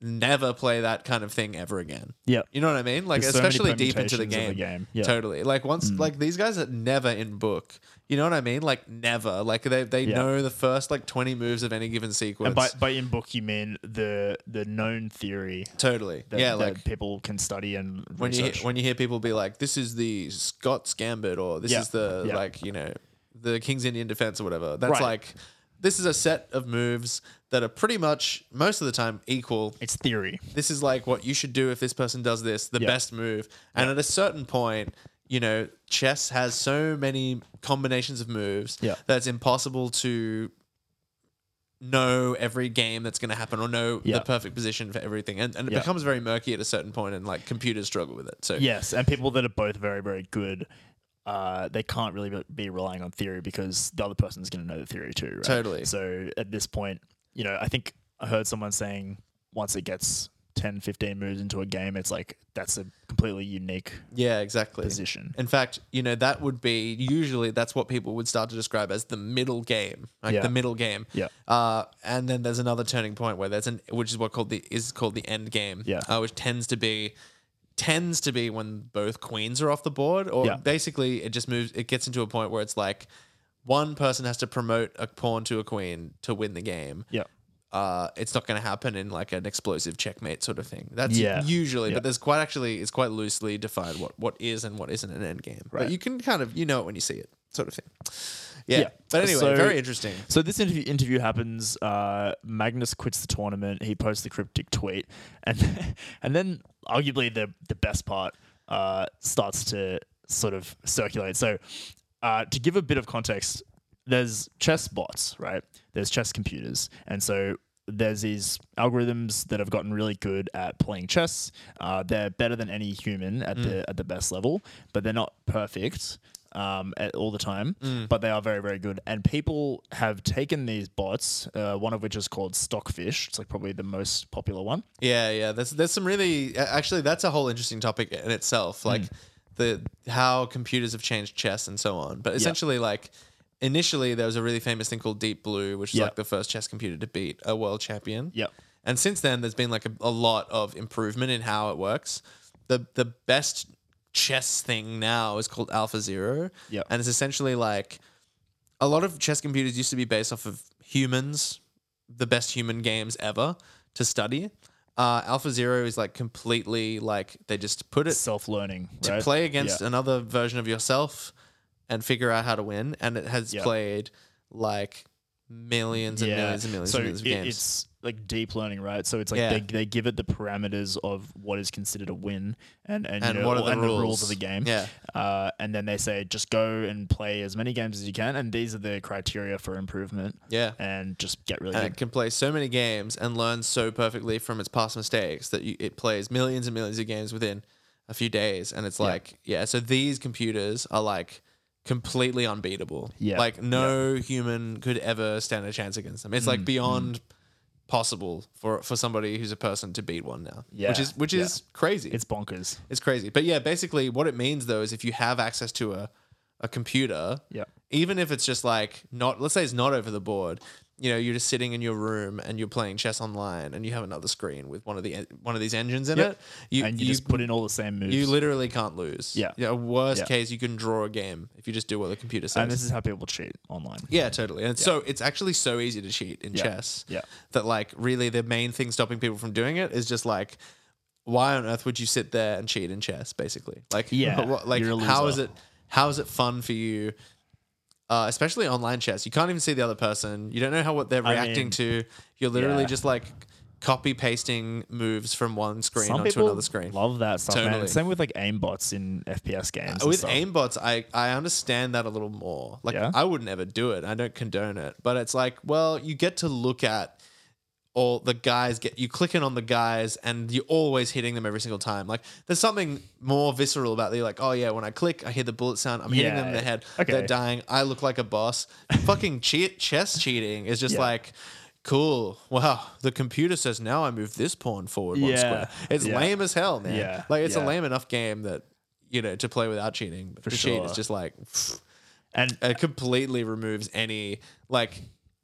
never play that kind of thing ever again. Yep. You know what I mean? Like, There's so many especially deep into the game. permutations of the game. Mm. Yeah. Totally. Like once, like these guys are never in book. You know what I mean? Like never. Like they they Yeah. know the first like twenty moves of any given sequence. And by, by in book you mean the the known theory totally. that, yeah. that Like people can study and when you hear, research. when you hear people be like, "This is the Scots Gambit," or "This Yeah, is the yeah. like you know the King's Indian Defense" or whatever. That's Right. like this is a set of moves that are pretty much most of the time equal. it's theory. This is like what you should do if this person does this, the Yeah. best move. And at a certain point, you know, chess has so many combinations of moves Yeah. that it's impossible to know every game that's going to happen or know Yeah. the perfect position for everything and, and it Yeah. becomes very murky at a certain point and like computers struggle with it so Yes, and people that are both very very good, uh, they can't really be- be relying on theory because the other person's going to know the theory too. Right? Totally. So at this point, you know, I think I heard someone saying once it gets 10, 15 moves into a game, it's like that's a completely unique Yeah, exactly. position. In fact, you know, that would be usually that's what people would start to describe as the middle game, like Yeah. the middle game. Yeah. Uh, and then there's another turning point where there's an which is what called the is called the end game. Yeah. Uh, which tends to be tends to be when both queens are off the board or Yeah. basically it just moves it gets into a point where it's like one person has to promote a pawn to a queen to win the game Yeah. uh, it's not going to happen in like an explosive checkmate sort of thing. That's Yeah. usually, Yeah. but there's quite actually it's quite loosely defined what what is and what isn't an end game. But Right. you can kind of you know it when you see it, sort of thing. Yeah. Yeah. But anyway, So- very interesting. So this interview interview happens. Uh, Magnus quits the tournament. He posts the cryptic tweet, and and then arguably the the best part uh, starts to sort of circulate. So uh, to give a bit of context, there's chess bots, right? There's chess computers, and so. There's these algorithms that have gotten really good at playing Mm. chess. Uh, they're better than any human at the at the best level, but they're not perfect. um, at, all the time, Mm. but they are very, very good. And people have taken these bots, uh, one of which is called Stockfish. It's like probably the most popular one. Yeah, yeah. That's there's some really a- actually that's a whole interesting topic in Hmm. itself. Like the how computers have changed chess and so on. But essentially, like initially there was a really famous thing called Deep Blue, which is Yeah. like the first chess computer to beat a world champion. Yep. And since then, there's been like a, a lot of improvement in how it works. The the best chess thing now is called Alpha Zero. Yep. And it's essentially like a lot of chess computers used to be based off of humans, the best human games ever to study. Uh, Alpha Zero is like completely like they just put it Self learning. to play against another version of yourself and figure out how to win. And it has Yeah. played like millions and millions and millions so and millions of it- games. It's like deep learning, right? So it's like Yeah. they, they give it the parameters of what is considered a win and and, you And know, what are the and the rules rules? of the game. Yeah. Uh, and then they say just go and play as many games as you can, and these are the criteria for improvement. Yeah. And just get really and good. it can play so many games and learn so perfectly from its past mistakes that you, it plays millions and millions of games within a few days. And it's like, yeah, so these computers are like completely unbeatable. Yeah. Like no human could ever stand a chance against them. It's Mm-hmm. like beyond possible for, for somebody who's a person to beat one now. Yeah. Which is which Yeah. is crazy. It's bonkers. It's crazy. But yeah, basically what it means though is if you have access to a, a computer, Yeah. even if it's just like not let's say it's not over the board, you know, you're just sitting in your room and you're playing chess online and you have another screen with one of the one of these engines in Yep. it. You and you, just put in all the same moves. you literally can't lose. Yeah. You know, worst Yeah. case you can draw a game if you just do what the computer says. and this is how people cheat online. Yeah, totally. And it's so it's actually so easy to cheat in Yeah. chess. Yeah. That like really the main thing stopping people from doing it is just like why on earth would you sit there and cheat in chess basically? Like Yeah, what, like you're a how is loser. it how is it fun for you uh, especially online chess. You can't even see the other person. You don't know how what they're I reacting mean, to. You're literally yeah. just like copy pasting moves from one screen Some onto people another screen. love that stuff. Man. Totally. Uh, Same with like aim bots in FPS games. and with stuff. aimbots I, I understand that a little more like Yeah? i would never do it i don't condone it but it's like well you get to look at all the guys get you clicking on the guys and you're always hitting them every single time like there's something more visceral about that you're like oh yeah when i click i hear the bullet sound i'm hitting Yeah. them in the head Okay. they're dying i look like a boss fucking cheat chess cheating is just Yeah. like cool wow the computer says now i move this pawn forward one Yeah. square it's Yeah. lame as hell man Yeah. like it's a Yeah. lame enough game that you know to play without cheating. But to cheat is sure. just like and it completely removes any like.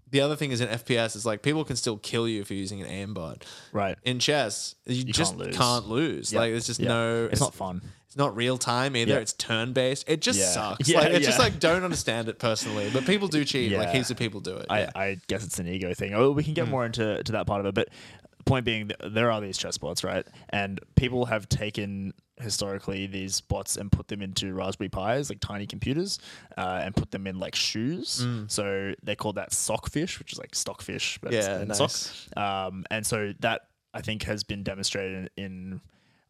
The other thing is in FPS is like people can still kill you for using an aimbot. right. In chess, you, just can't can't lose. lose. Like there's just Yeah. no. It's not fun. It's not real time either. Yeah. It's turn based. It just Yeah. sucks. Yeah, like it's just yeah. like don't understand it personally. But people do cheat. Like Yeah. heaps of people do it. I, yeah. Hmm. I guess it's an ego thing. Oh, we can get more into to that part of it, but point being, th- there are these chess bots, right? And people have taken historically these bots and put them into Raspberry Pis, like tiny computers, uh, and put them in like shoes. Hmm. So they call that sockfish, which is like stockfish, but it's Yeah, in nice. sock. Um, and so that I think has been demonstrated in. in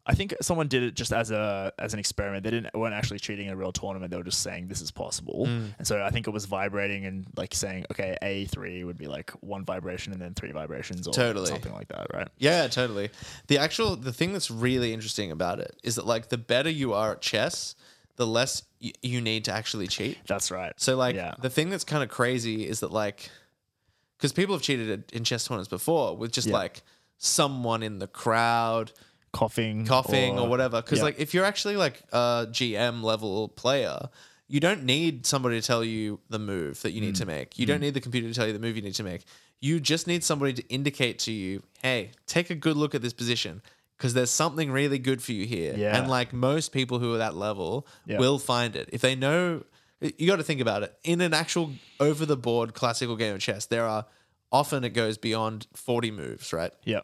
I think someone did it just as a as an experiment. They didn't weren't actually cheating in a real tournament. They were just saying this is possible. Mm. And so I think it was vibrating and like saying, okay, A three would be like one vibration and then three vibrations or Totally. something like that, right? Yeah, totally. The actual the thing that's really interesting about it is that like the better you are at chess, the less y- you need to actually cheat. That's right. So like yeah, the thing that's kind of crazy is that like because people have cheated at- in chess tournaments before with just Yeah. like someone in the crowd coughing, coughing or, whatever. Because yeah. like if you're actually like a GM level player, you don't need somebody to tell you the move that you Mm. need to make. You don't need the computer to tell you the move you need to make. You just need somebody to indicate to you, hey, take a good look at this position because there's something really good for you here. Yeah. And like most people who are that level Yeah. will find it if they know. You got to think about it. In an actual over the board classical game of chess, there are often it goes beyond 40 moves, right? Yeah,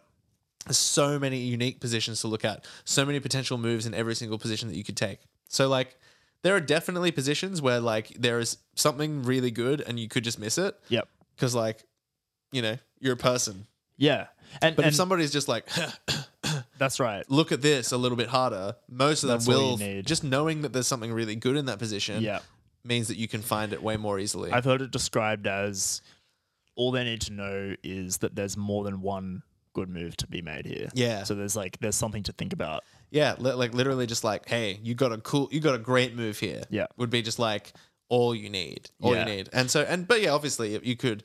There's so many unique positions to look at, so many potential moves in every single position that you could take. So like there are definitely positions where like there is something really good and you could just miss it yep, because like you know you're a person. yeah. And, But and if somebody's just like that's right. look at this a little bit harder, most of them That's all you will need. just knowing that there's something really good in that position Yeah. means that you can find it way more easily. I've heard it described as all they need to know is that there's more than one good move to be made here. Yeah. So there's like there's something to think about. Yeah, li- like literally just like, hey, you got a cool, you got a great move here. Yeah. would be just like all you need, all Yeah. you need, and so and but yeah, obviously you could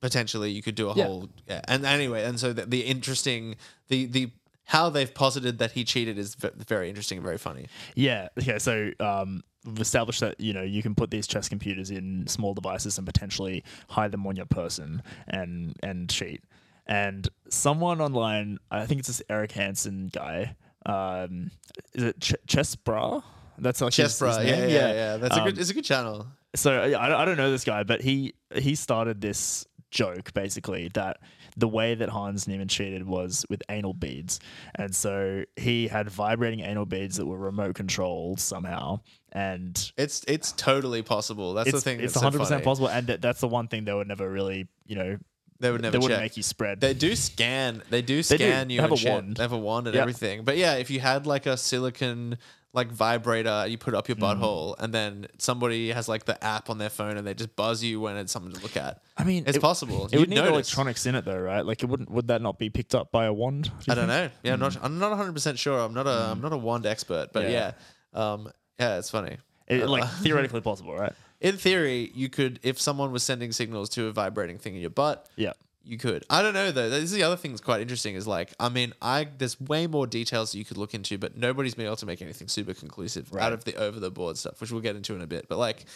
potentially you could do a Yeah. whole yeah, and anyway, and so the, the interesting the the how they've posited that he cheated is v- very interesting and very funny. Yeah. Okay. So um, we've established that you know you can put these chess computers in small devices and potentially hide them on your person and and cheat. And someone online, I think it's this Eric Hansen guy. Um, is it Ch- Chess Bra? That's like his- Chess bra, his yeah, yeah, name? yeah, That's a Um, good, it's a good channel. so I- I, I don't know this guy, but he he started this joke basically that the way that Hans Niemann cheated was with anal beads, and so he had vibrating anal beads that were remote controlled somehow, and It's it's totally possible. That's it's the thing. it's that's so 100 percent funny. possible, and that, that's the one thing they would never really you know They would never they wouldn't check. make you spread. They do scan. They do They do. scan They you. have and a shit. wand. They have a wand and Yeah. everything. But yeah, if you had like a silicon like vibrator, you put up your Mm. butthole, and then somebody has like the app on their phone, and they just buzz you when it's something to look at. I mean, it's it- possible. It would You'd need notice. electronics in it though, right? Like it wouldn't would that not be picked up by a wand? do you I don't think? know. Yeah, I'm not. I'm not 100 percent sure. I'm not a. I'm not a wand expert. But Mm. Yeah. yeah, um, yeah, it's funny. It, Uh. like theoretically possible, right? In theory, you could if someone was sending signals to a vibrating thing in your butt. Yeah. You could. I don't know though. This is the other thing that's quite interesting. Is like, I mean, I there's way more details that you could look into, but nobody's been able to make anything super conclusive out of the over the board stuff, which we'll get into in a bit. But like,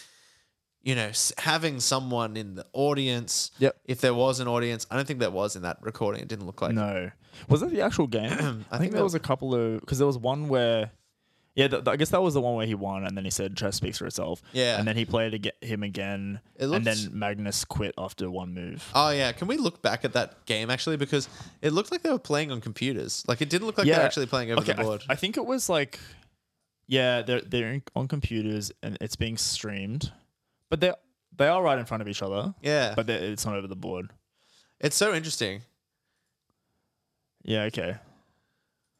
you know, s- having someone in the audience. Yep. If there was an audience, I don't think there was in that recording. It didn't look like. No. Was that the actual game? I, think, think there that- was a couple of because there was one where, yeah, th- th- I guess that was the one where he won, and then he said chess speaks for itself. Yeah. and then he played ag- him again, It and then looked- Magnus quit after one move. Oh yeah, can we look back at that game actually? Because it looked like they were playing on computers. Like it didn't look like yeah, they were actually playing over Okay, I the th- board. I, think it was like, yeah, they're they're in, on computers and it's being streamed, but they they are right in front of each other, yeah, but they're- it's not over the board. it's so interesting. Yeah, okay.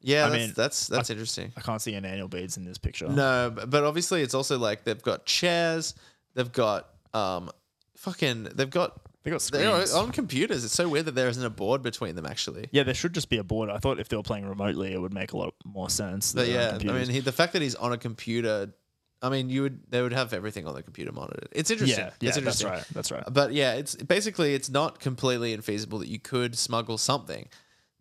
Yeah, I that's, mean, that's that's interesting. I can't see any annual beads in this picture. No, b- but obviously it's also like they've got chairs, they've got um, fucking, they've got they got they're screens. on computers. It's so weird that there isn't a board between them actually. Yeah, there should just be a board. I thought if they were playing remotely, it would make a lot more sense. But than on yeah, I computers. mean, he, the fact that he's on a computer, I mean, you would they would have everything on the computer monitored. It's interesting. yeah, yeah, that's it's interesting. Uh, right. That's right. But yeah, it's basically it's not completely infeasible that you could smuggle something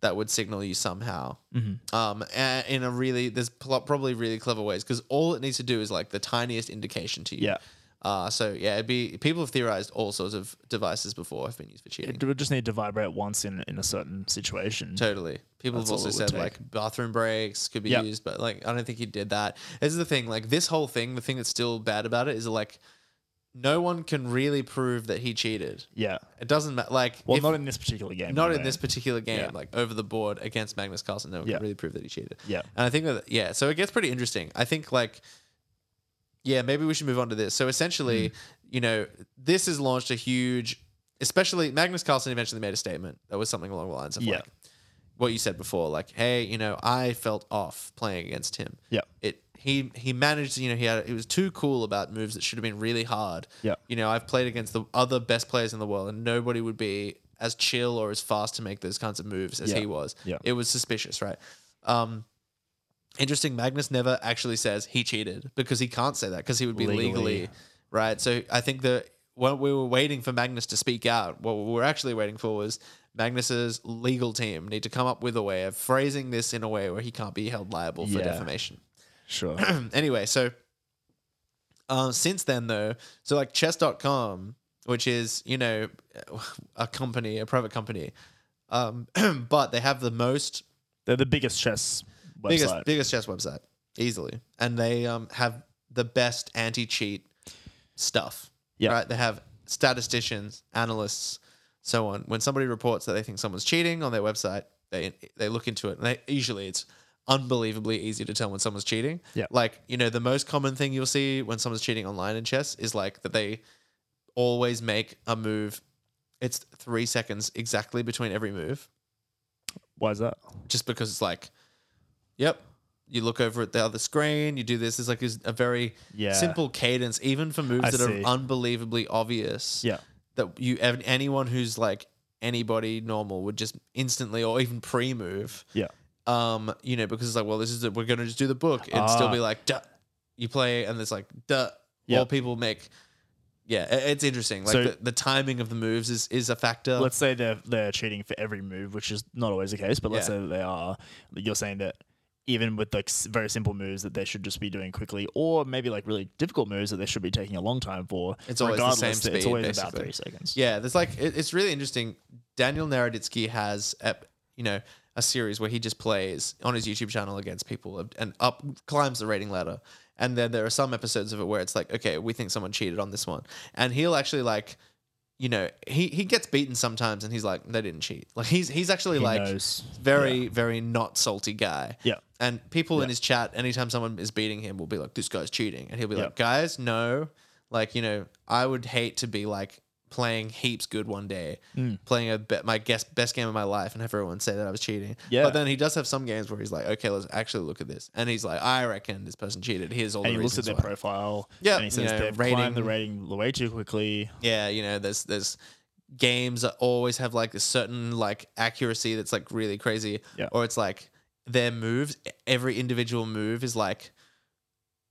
that would signal you somehow. Mm-hmm. Um, a- in a really there's pl- probably really clever ways because all it needs to do is like the tiniest indication to you. Yeah. Uh, so yeah, it'd be people have theorized all sorts of devices before have been used for cheating. It would just need to vibrate once in in a certain situation. Totally. People That's have all also it would said take. like bathroom breaks could be Yep. used, but like I don't think he did that. This is the thing. Like this whole thing, the thing that's still bad about it is like no one can really prove that he cheated. yeah. It doesn't matter. Like Well, if- not in this particular game. not no. in this particular game, Yeah. like over the board against Magnus Carlsen. No one Yeah. can really prove that he cheated. Yeah. And I think that, yeah, so it gets pretty interesting. I think, like, yeah, maybe we should move on to this. So essentially, Hmm. you know, this has launched a huge, especially Magnus Carlsen eventually made a statement that was something along the lines of, Yeah. like, what you said before, like, hey, you know, I felt off playing against him. Yeah. It he he managed, you know, he had he was too cool about moves that should have been really hard. Yeah. You know, I've played against the other best players in the world and nobody would be as chill or as fast to make those kinds of moves as Yeah. he was. Yeah. It was suspicious, right? Um interesting Magnus never actually says he cheated because he can't say that because he would be legally. Legally. right. So I think that what we were waiting for Magnus to speak out, what we were actually waiting for was Magnus's legal team need to come up with a way of phrasing this in a way where he can't be held liable for Yeah. defamation. Sure. anyway, so uh, since then though, so like chess.com, which is, you know, a company, a private company, um, but they have the most They're the biggest chess website. biggest biggest chess website easily, and they um, have the best anti cheat stuff. Yeah. right. They have statisticians, analysts, so on. When somebody reports that they think someone's cheating on their website, they they look into it, and they, usually it's unbelievably easy to tell when someone's cheating. Yeah. like you know the most common thing you'll see when someone's cheating online in chess is like that they always make a move. It's three seconds exactly between every move Why is that? just because it's like, yep, you look over at the other screen, you do this. It's like is a very Yeah. simple cadence, even for moves I that see. are unbelievably obvious. Yeah. That you ev- anyone who's like anybody normal would just instantly or even pre-move. Yeah. Um, you know, because it's like, well, this is the, we're gonna just do the book and still Ah. be like, duh. You play and it's like, duh. Yeah. Or people make, yeah, i- it's interesting. Like So- the, the timing of the moves is is a factor. Let's say they're they're cheating for every move, which is not always the case, but let's Yeah. say that they are. You're saying that even with like s- very simple moves that they should just be doing quickly, or maybe like really difficult moves that they should be taking a long time for. It's always the same regardless, It's speed, always about basically. three seconds. Yeah, there's like it, it's really interesting. Daniel Naroditsky has a, you know a series where he just plays on his YouTube channel against people and up climbs the rating ladder. And then there are some episodes of it where it's like, okay, we think someone cheated on this one, and he'll actually like, you know, he he gets beaten sometimes, and he's like, they didn't cheat. Like he's he's actually He like knows. very very not salty guy. Yeah. And people in his chat, anytime someone is beating him, will be like, "This guy's cheating," and he'll be Yeah. like, "Guys, no." Like you know, I would hate to be like playing heaps good one day, Mm. playing a bet my guess best game of my life, and have everyone say that I was cheating. Yeah. But then he does have some games where he's like, "Okay, let's actually look at this," and he's like, "I reckon this person cheated. Here's all And the he looks at reasons their why." profile. Yeah, And he says you know, they've climbed the rating way too quickly. yeah, you know, there's there's games that always have like a certain like accuracy that's like really crazy, Yeah. or it's like their moves. e, Every individual move is like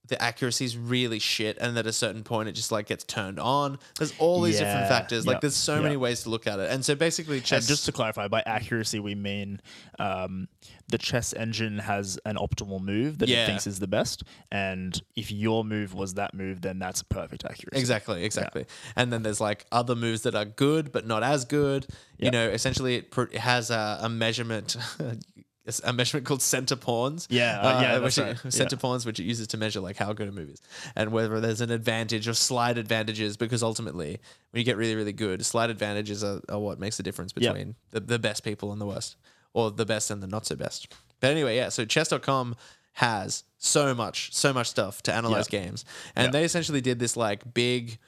the accuracy is really shit, and at a certain point, it just like gets turned on. There's all these Yeah, different factors. yeah, Like, there's so many yeah. ways to look at it, and so basically, And chess. just to clarify, by accuracy we mean um, the chess engine has an optimal move that it Yeah. thinks is the best, and if your move was that move, then that's perfect accuracy. Exactly, exactly. And then there's like other moves that are good but not as good. You Yep. know, essentially it, pr- it has a, a measurement, it's a measurement called center pawns. Yeah, uh, yeah, which that's it- right. center Yeah. pawns, which it uses to measure like how good a move is and whether there's an advantage or slight advantages. Because ultimately, when you get really, really good, slight advantages are, are what makes the difference Yep. between the, the best people and the worst, or the best and the not so best. But anyway, yeah. So chess.com has so much, so much stuff to analyze Yeah. games, and they essentially did this like big,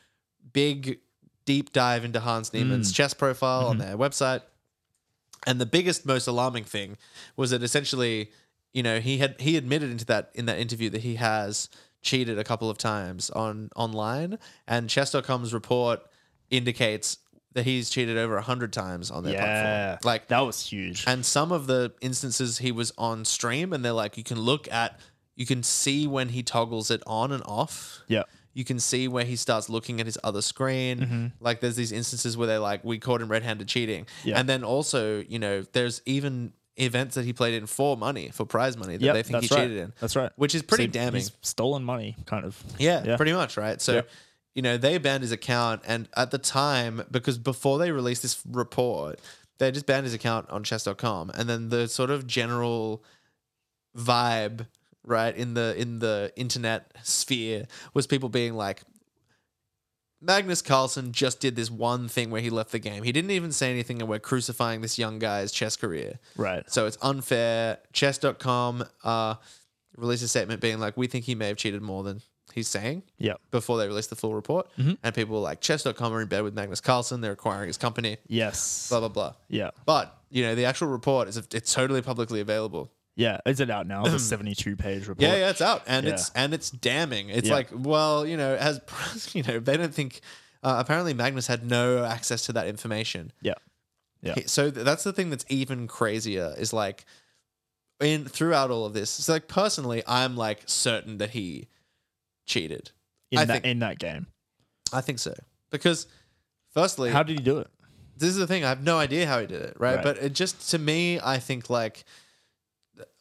big, deep dive into Hans Niemann's Mm. chess profile on Mm-hmm. their website. And the biggest, most alarming thing was that essentially, you know, he had he admitted into that in that interview that he has cheated a couple of times on online, and chess.com's report indicates that he's cheated over hundred times on their Yeah, platform. Like that was huge. and some of the instances he was on stream, and they're like, you can look at, you can see when he toggles it on and off. yeah, You can see where he starts looking at his other screen. Mm-hmm. Like, there's these instances where they're like, we caught him red handed cheating. Yeah. And then also, you know, there's even events that he played in for money, for prize money that Yep, they think he that's right. cheated in. That's right. Which is pretty So damning. he's stolen money, kind of. Yeah, Yeah. pretty much, right? So, Yeah. you know, they banned his account. And at the time, because before they released this report, they just banned his account on chess.com. And then the sort of general vibe, right, in the in the internet sphere was people being like, Magnus Carlsen just did this one thing where he left the game. He didn't even say anything, and we're crucifying this young guy's chess career. Right. So it's unfair. Chess.com uh, released a statement being like, we think he may have cheated more than he's saying Yeah. before they released the full report. Mm-hmm. And people were like, chess.com are in bed with Magnus Carlsen. They're acquiring his company, Yes. blah, blah, blah. Yeah. But, you know, the actual report is it's totally publicly available. Yeah. Is it out now? The seventy-two page report. Yeah, yeah, it's out, and Yeah. it's and it's damning. It's Yeah. like, well, you know, as you know, they don't think. Uh, apparently, Magnus had no access to that information. Yeah. Yeah. He- So th- that's the thing that's even crazier is like in throughout all of this. It's like personally, I'm like certain that he cheated. In I that think- in that game, I think so because firstly, how did he do it? this is the thing. I have no idea how he did it, right? Right. But it just to me, I think like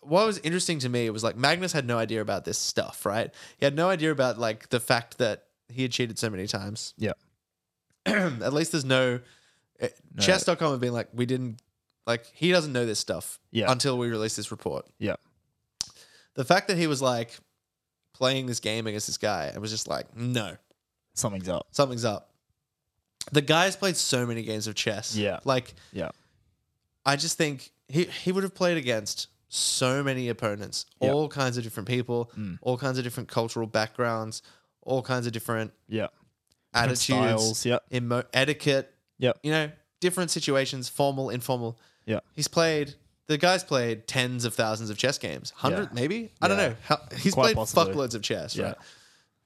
what was interesting to me was like Magnus had no idea about this stuff, right? He had no idea about like the fact that he had cheated so many times. Yeah. At least there's no, eh, no. chess.com have been like, we didn't like he doesn't know this stuff Yeah. until we release this report. Yeah. The fact that he was like playing this game against this guy and was just like, no, Something's up. something's up. The guy's played so many games of chess. Yeah. Like Yeah. I just think he he would have played against so many opponents, Yeah. Mm. all kinds of different people, all kinds of different cultural backgrounds, all kinds of different Yeah. Different attitudes, styles, yep. emo- etiquette, Yep. you know, different situations, formal, informal. Yeah. He's played. The guy's played tens of thousands of chess games, hundred Yeah. maybe. I don't Yeah. know. How, he's Quite played possibly. fuckloads of chess, Yeah.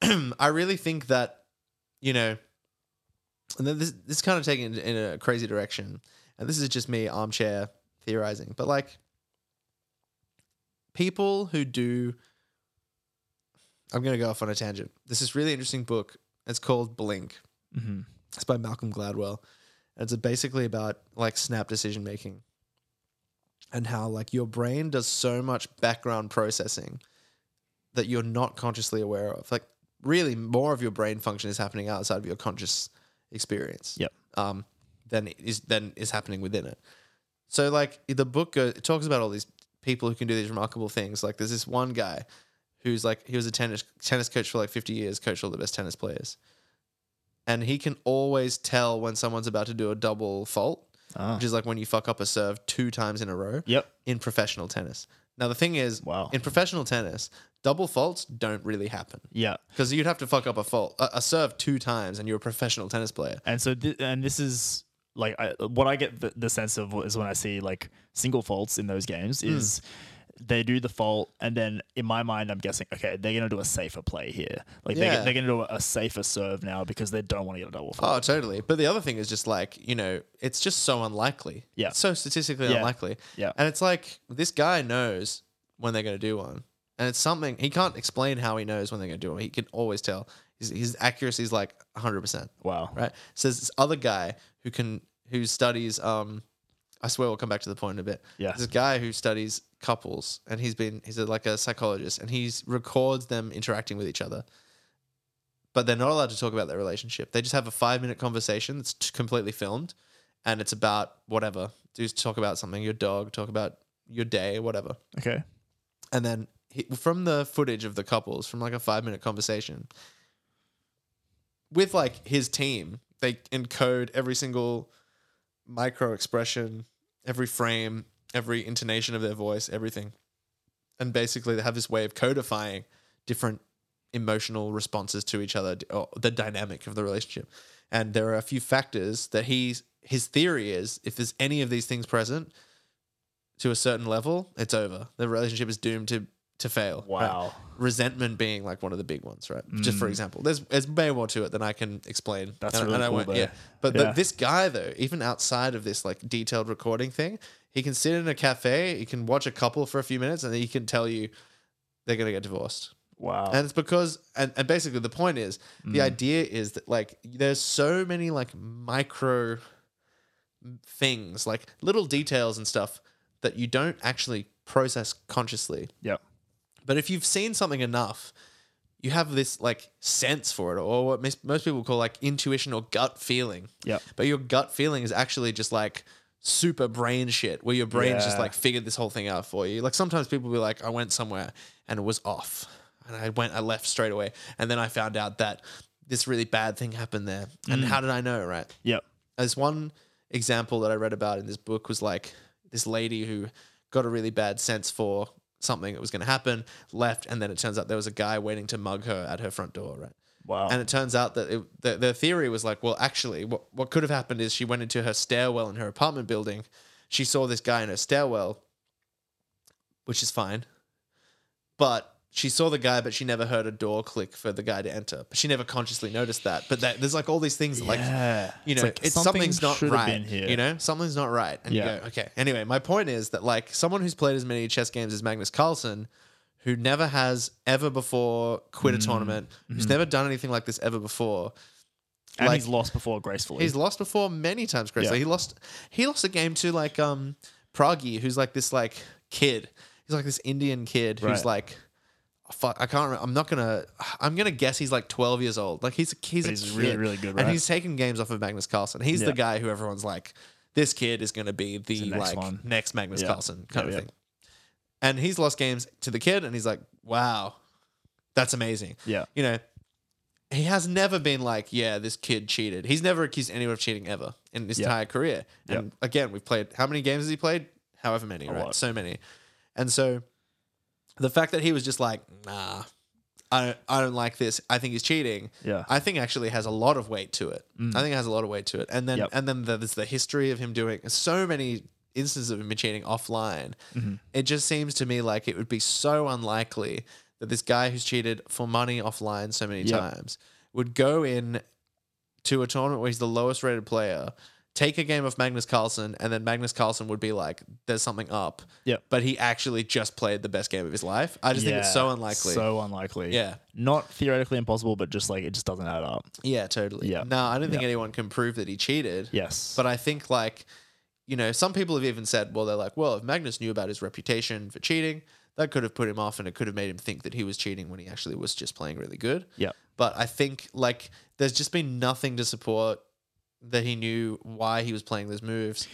right? I really think that, you know, and then this this kind of taking it in a crazy direction. and this is just me armchair theorizing, but like people who do I'm going to go off on a tangent. There's this really interesting book. It's called Blink. Mm-hmm. It's by Malcolm Gladwell. And it's basically about like snap decision making and how like your brain does so much background processing that you're not consciously aware of. Like really more of your brain function is happening outside of your conscious experience. Yep. Um than is than is happening within it. So like the book goes, it talks about all these people who can do these remarkable things. Like there's this one guy who's like he was a tennis tennis coach for like 50 years, coached all the best tennis players. And he can always tell when someone's about to do a double fault, Ah. which is like when you fuck up a serve two times in a row Yep. in professional tennis. Now the thing is, Wow. in professional tennis, double faults don't really happen Yeah. because you'd have to fuck up a fault a, a serve two times and you're a professional tennis player. And so, th- and this is like I, what I get the, the sense of is when I see like single faults in those games Hmm. is they do the fault, and then in my mind, I'm guessing, okay, they're gonna do a safer play here. Like Yeah. they're, they're gonna do a safer serve now because they don't want to get a double fault. Oh, totally. But the other thing is just like, you know, it's just so unlikely. Yeah. It's so statistically Yeah. unlikely. Yeah. And it's like this guy knows when they're going to do one. And it's something he can't explain how he knows when they're going to do one. He can always tell. His, his accuracy is like 100%. wow. Oh, Right. So there's this other guy who can, who studies, um, I swear we'll come back to the point in a bit. Yeah. There's This guy who studies couples and he's been, he's a, like a psychologist and he records them interacting with each other but they're not allowed to talk about their relationship. They just have a five minute conversation that's t- completely filmed and it's about whatever. Just talk about something, your dog, talk about your day, whatever. Okay. And then he, from the footage of the couples, from like a five minute conversation with like his team, they encode every single micro expression, every frame, every intonation of their voice, everything. And basically, they have this way of codifying different emotional responses to each other, or the dynamic of the relationship. And there are a few factors that he's his theory is if there's any of these things present to a certain level, it's over. The relationship is doomed to to fail. right? Wow. resentment being like one of the big ones, right? Just for example, there's there's way more to it than I can explain. That's and, really and I cool won't- though. Yeah, but the- Yeah. this guy though, even outside of this like detailed recording thing, he can sit in a cafe, he can watch a couple for a few minutes, and he can tell you they're gonna get divorced. Wow. And it's because, and, and basically the point is, Mm. the idea is that like there's so many like micro things, like little details and stuff that you don't actually process consciously. yep. But if you've seen something enough, you have this like sense for it, or what mis- most people call like intuition or gut feeling. Yep. But your gut feeling is actually just like super brain shit, where your brain's just Yeah. like figured this whole thing out for you. Like sometimes people be like, I went somewhere and it was off, and I went, I left straight away, and then I found out that this really bad thing happened there. And how did I know, right? Yep. As one example that I read about in this book was like this lady who got a really bad sense for something that was going to happen, left, and then it turns out there was a guy waiting to mug her at her front door, right? Wow. And it turns out that it, the, the theory was like, well, actually, what, what could have happened is she went into her stairwell in her apartment building. She saw this guy in her stairwell, which is fine. But she saw the guy, but she never heard a door click for the guy to enter. But she never consciously noticed that. But that, there's like all these things, that like yeah. you know, it's, something's not should have right. been here. You know, something's not right. And Yeah. you go, okay. Anyway, my point is that like someone who's played as many chess games as Magnus Carlsen, who never has ever before quit Mm. a tournament, who's never done anything like this ever before. and like- he's lost before gracefully. He's lost before many times, Chris. Yeah. Like, he lost he lost a game to like um Pragi, who's like this like kid. He's like this Indian kid who's Right. like oh, fuck I can't remember. I'm not gonna I'm gonna guess he's like twelve years old. Like he's a he's, But a he's really, kid. really good, And right? he's taken games off of Magnus Carlsen. He's the Yeah. guy who everyone's like, this kid is gonna be the, The next like one. next Magnus Yeah. Carlsen kind Yeah, of yeah. thing. And he's lost games to the kid and he's like, Wow, that's amazing. Yeah. You know, he has never been like, yeah, this kid cheated. He's never accused anyone of cheating ever in his Yeah. entire career. And again, we've played how many games has he played? However many, right? lot. So many. And so the fact that he was just like, nah, I don't, I don't like this. I think he's cheating. Yeah. Mm. I think actually has a lot of weight to it. I think it has a lot of weight to it. And then Yep. and then there's the history of him doing so many instances of him cheating offline. Mm-hmm. It just seems to me like it would be so unlikely that this guy who's cheated for money offline so many Yep. times would go in to a tournament where he's the lowest rated player, take a game of Magnus Carlsen, and then Magnus Carlsen would be like, "There's something up." Yep. But he actually just played the best game of his life. I just think it's so unlikely. So unlikely. Yeah. Not theoretically impossible, but just like it just doesn't add up. yeah, totally. Yeah. No, I don't think anyone can prove that he cheated. Yes. But I think like, you know, some people have even said, well, they're like, well, if Magnus knew about his reputation for cheating, that could have put him off and it could have made him think that he was cheating when he actually was just playing really good. Yeah. But I think like there's just been nothing to support that he knew why he was playing those moves.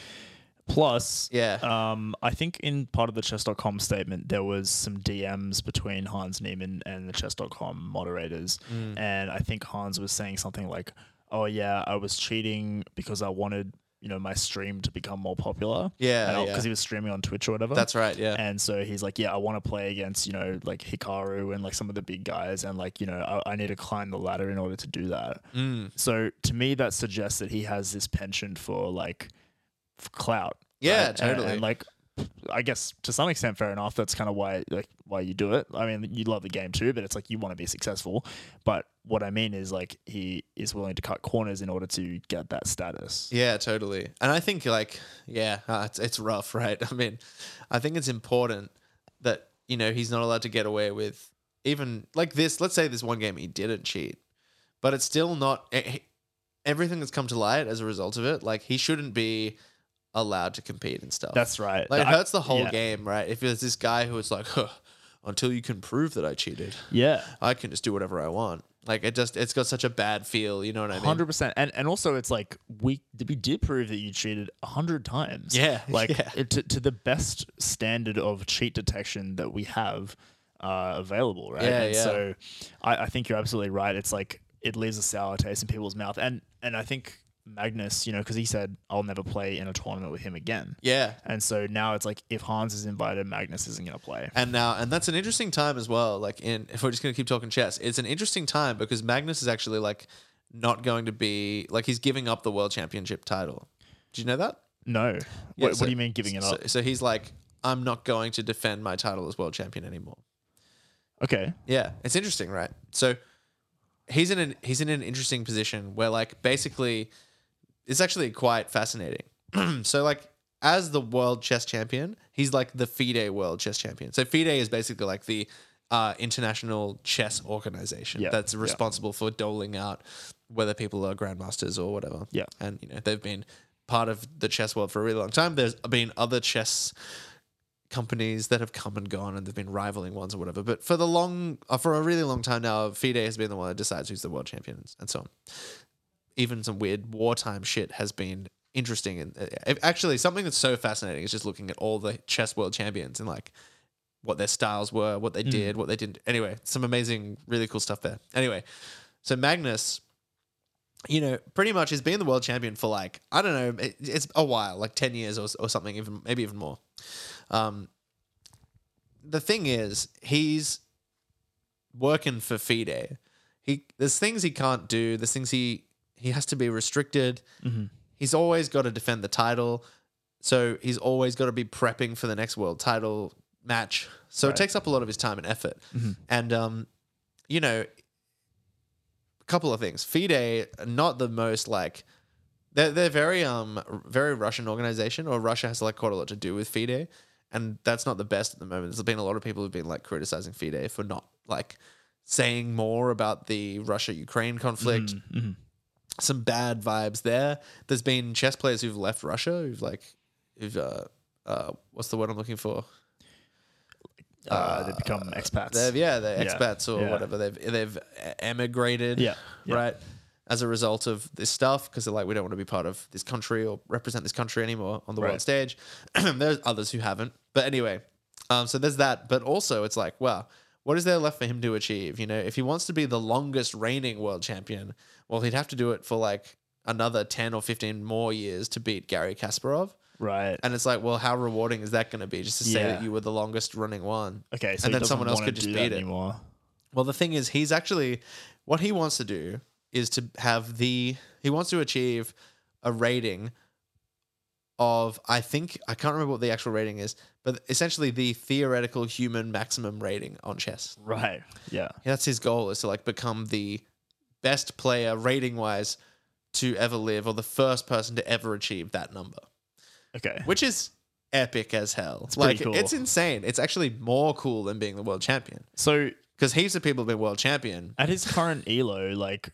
Plus, Yeah. um, I think in part of the chess.com statement, there was some DMs between Hans Niemann and the chess.com moderators. Mm. And I think Hans was saying something like, oh, yeah, I was cheating because I wanted, you know, my stream to become more popular. Yeah, yeah. Because he was streaming on Twitch or whatever. That's right. Yeah. And so he's like, yeah, I want to play against, you know, like Hikaru and like some of the big guys. And like, you know, I, I need to climb the ladder in order to do that. Mm. So to me, that suggests that he has this penchant for like f- clout. And- Yeah, and- totally. and like, I guess to some extent, fair enough. That's kind of why, like, why you do it. I mean, you love the game too, but it's like you want to be successful. But what I mean is, like, he is willing to cut corners in order to get that status. Yeah, totally. And I think like yeah, uh, it's it's rough, right? I mean, I think it's important that you know he's not allowed to get away with even like this. Let's say this one game he didn't cheat, but it's still not eh, he- everything that's come to light as a result of it. Like he shouldn't be allowed to compete and stuff. That's right. like it I- hurts the whole yeah. game, right? If there's this guy who is like, huh, until you can prove that I cheated, Yeah. I can just do whatever I want. Like it just it's got such a bad feel. You know what I mean? Hundred percent, and and also it's like we we did prove that you cheated hundred times. Yeah, like yeah. it- to to the best standard of cheat detection that we have uh, available, right? Yeah, and yeah. So I, I think you're absolutely right. It's like it leaves a sour taste in people's mouth, and and I think Magnus, you know, because he said I'll never play in a tournament with him again, Yeah, and so now it's like if Hans is invited, Magnus isn't going to play. And now, and that's an interesting time as well. Like, in if we're just gonna keep talking chess, it's an interesting time because Magnus is actually like not going to be like he's giving up the world championship title. Do you know that? No, Yeah, what, so- what do you mean giving it so- up? So, he's like, I'm not going to defend my title as world champion anymore. okay, Yeah, it's interesting, right? So he's in an he's in an interesting position where like basically it's actually quite fascinating. so like as the world chess champion, he's like the FIDE world chess champion. So FIDE is basically like the uh, international chess organization Yeah, that's yeah. responsible for doling out whether people are grandmasters or whatever. Yeah. And you know, they've been part of the chess world for a really long time. There's been other chess companies that have come and gone and they've been rivaling ones or whatever. But for the long, uh, for a really long time now, FIDE has been the one that decides who's the world champion and so on. Even some weird wartime shit has been interesting. And uh, if- actually, something that's so fascinating is just looking at all the chess world champions and like what their styles were, what they did, what they didn't. Anyway, some amazing, really cool stuff there. Anyway, so Magnus you know, pretty much has been the world champion for like I don't know, it, it's a while, like ten years or, or something, even maybe even more. Um, the thing is, he's working for FIDE. He there's things he can't do. There's things he he has to be restricted. He's always got to defend the title, so he's always got to be prepping for the next world title match. So it takes up a lot of his time and effort, and um, you know, couple of things. FIDE, not the most like they're they're very um very Russian organization, or Russia has like quite a lot to do with FIDE, and that's not the best at the moment. There's been a lot of people who've been like criticizing FIDE for not like saying more about the Russia Ukraine conflict. Some bad vibes there. There's been chess players who've left Russia, who've like, who've uh, uh, what's the word I'm looking for? uh, they become expats. They've, yeah, they're Yeah. expats or Yeah. whatever. They've they've emigrated. Yeah. Yeah. Right. As a result of this stuff, because they're like, we don't want to be part of this country or represent this country anymore on the world Right. stage. there's others who haven't. But anyway, um, so there's that. But also, it's like, wow, what is there left for him to achieve? You know, if he wants to be the longest reigning world champion, well, he'd have to do it for like another 10 or 15 more years to beat Gary Kasparov. Right. And it's like, well, how rewarding is that going to be just to say Yeah. that you were the longest running one? Okay, so and he then someone doesn't else wanna could just do beat that it. anymore. Well, the thing is, he's actually what he wants to do is to have the he wants to achieve a rating of I think I can't remember what the actual rating is, but essentially the theoretical human maximum rating on chess. Right. Yeah. That's his goal is to like become the best player rating wise to ever live or the first person to ever achieve that number, Okay. which is epic as hell. It's pretty like cool. it's insane. It's actually more cool than being the world champion So because heaps of people have been world champion. at his current elo, like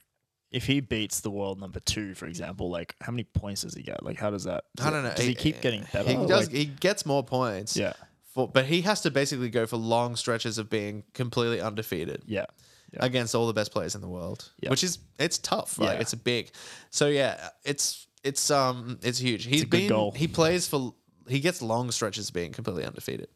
if he beats the world number two, for example, like how many points does he get? Like how does that? I don't know. Does he keep getting better? He does. Oh, Like, he gets more points. yeah. For, but he has to basically go for long stretches of being completely undefeated. Yeah. Yeah. against all the best players in the world, Yeah. which is it's tough. Right? Yeah. It's a big. So yeah, it's it's um it's huge. He's a good been goal. he plays for he gets long stretches of being completely undefeated.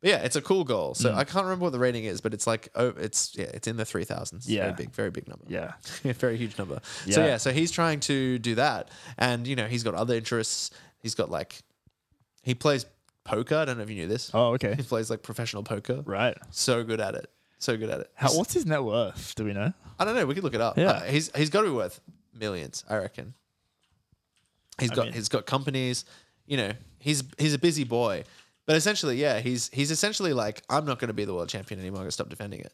But yeah, it's a cool goal. Mm. So I can't remember what the rating is, but it's like oh, it's yeah, it's in the three thousands. Yeah. very big, very big number. Yeah. Yeah, very huge number. So Yeah. yeah, so he's trying to do that, and you know he's got other interests. He's got like he plays poker. I don't know if you knew this. Oh, okay. He plays like professional poker. Right. So good at it. So good at it. How, He's- what's his net worth? Do we know? I don't know. We could look it up. Yeah. Uh, he's he's got to be worth millions, I reckon. He's got mean- he's got companies. You know, he's he's a busy boy. But essentially, yeah, he's he's essentially like, I'm not going to be the world champion anymore. I'm going to stop defending it.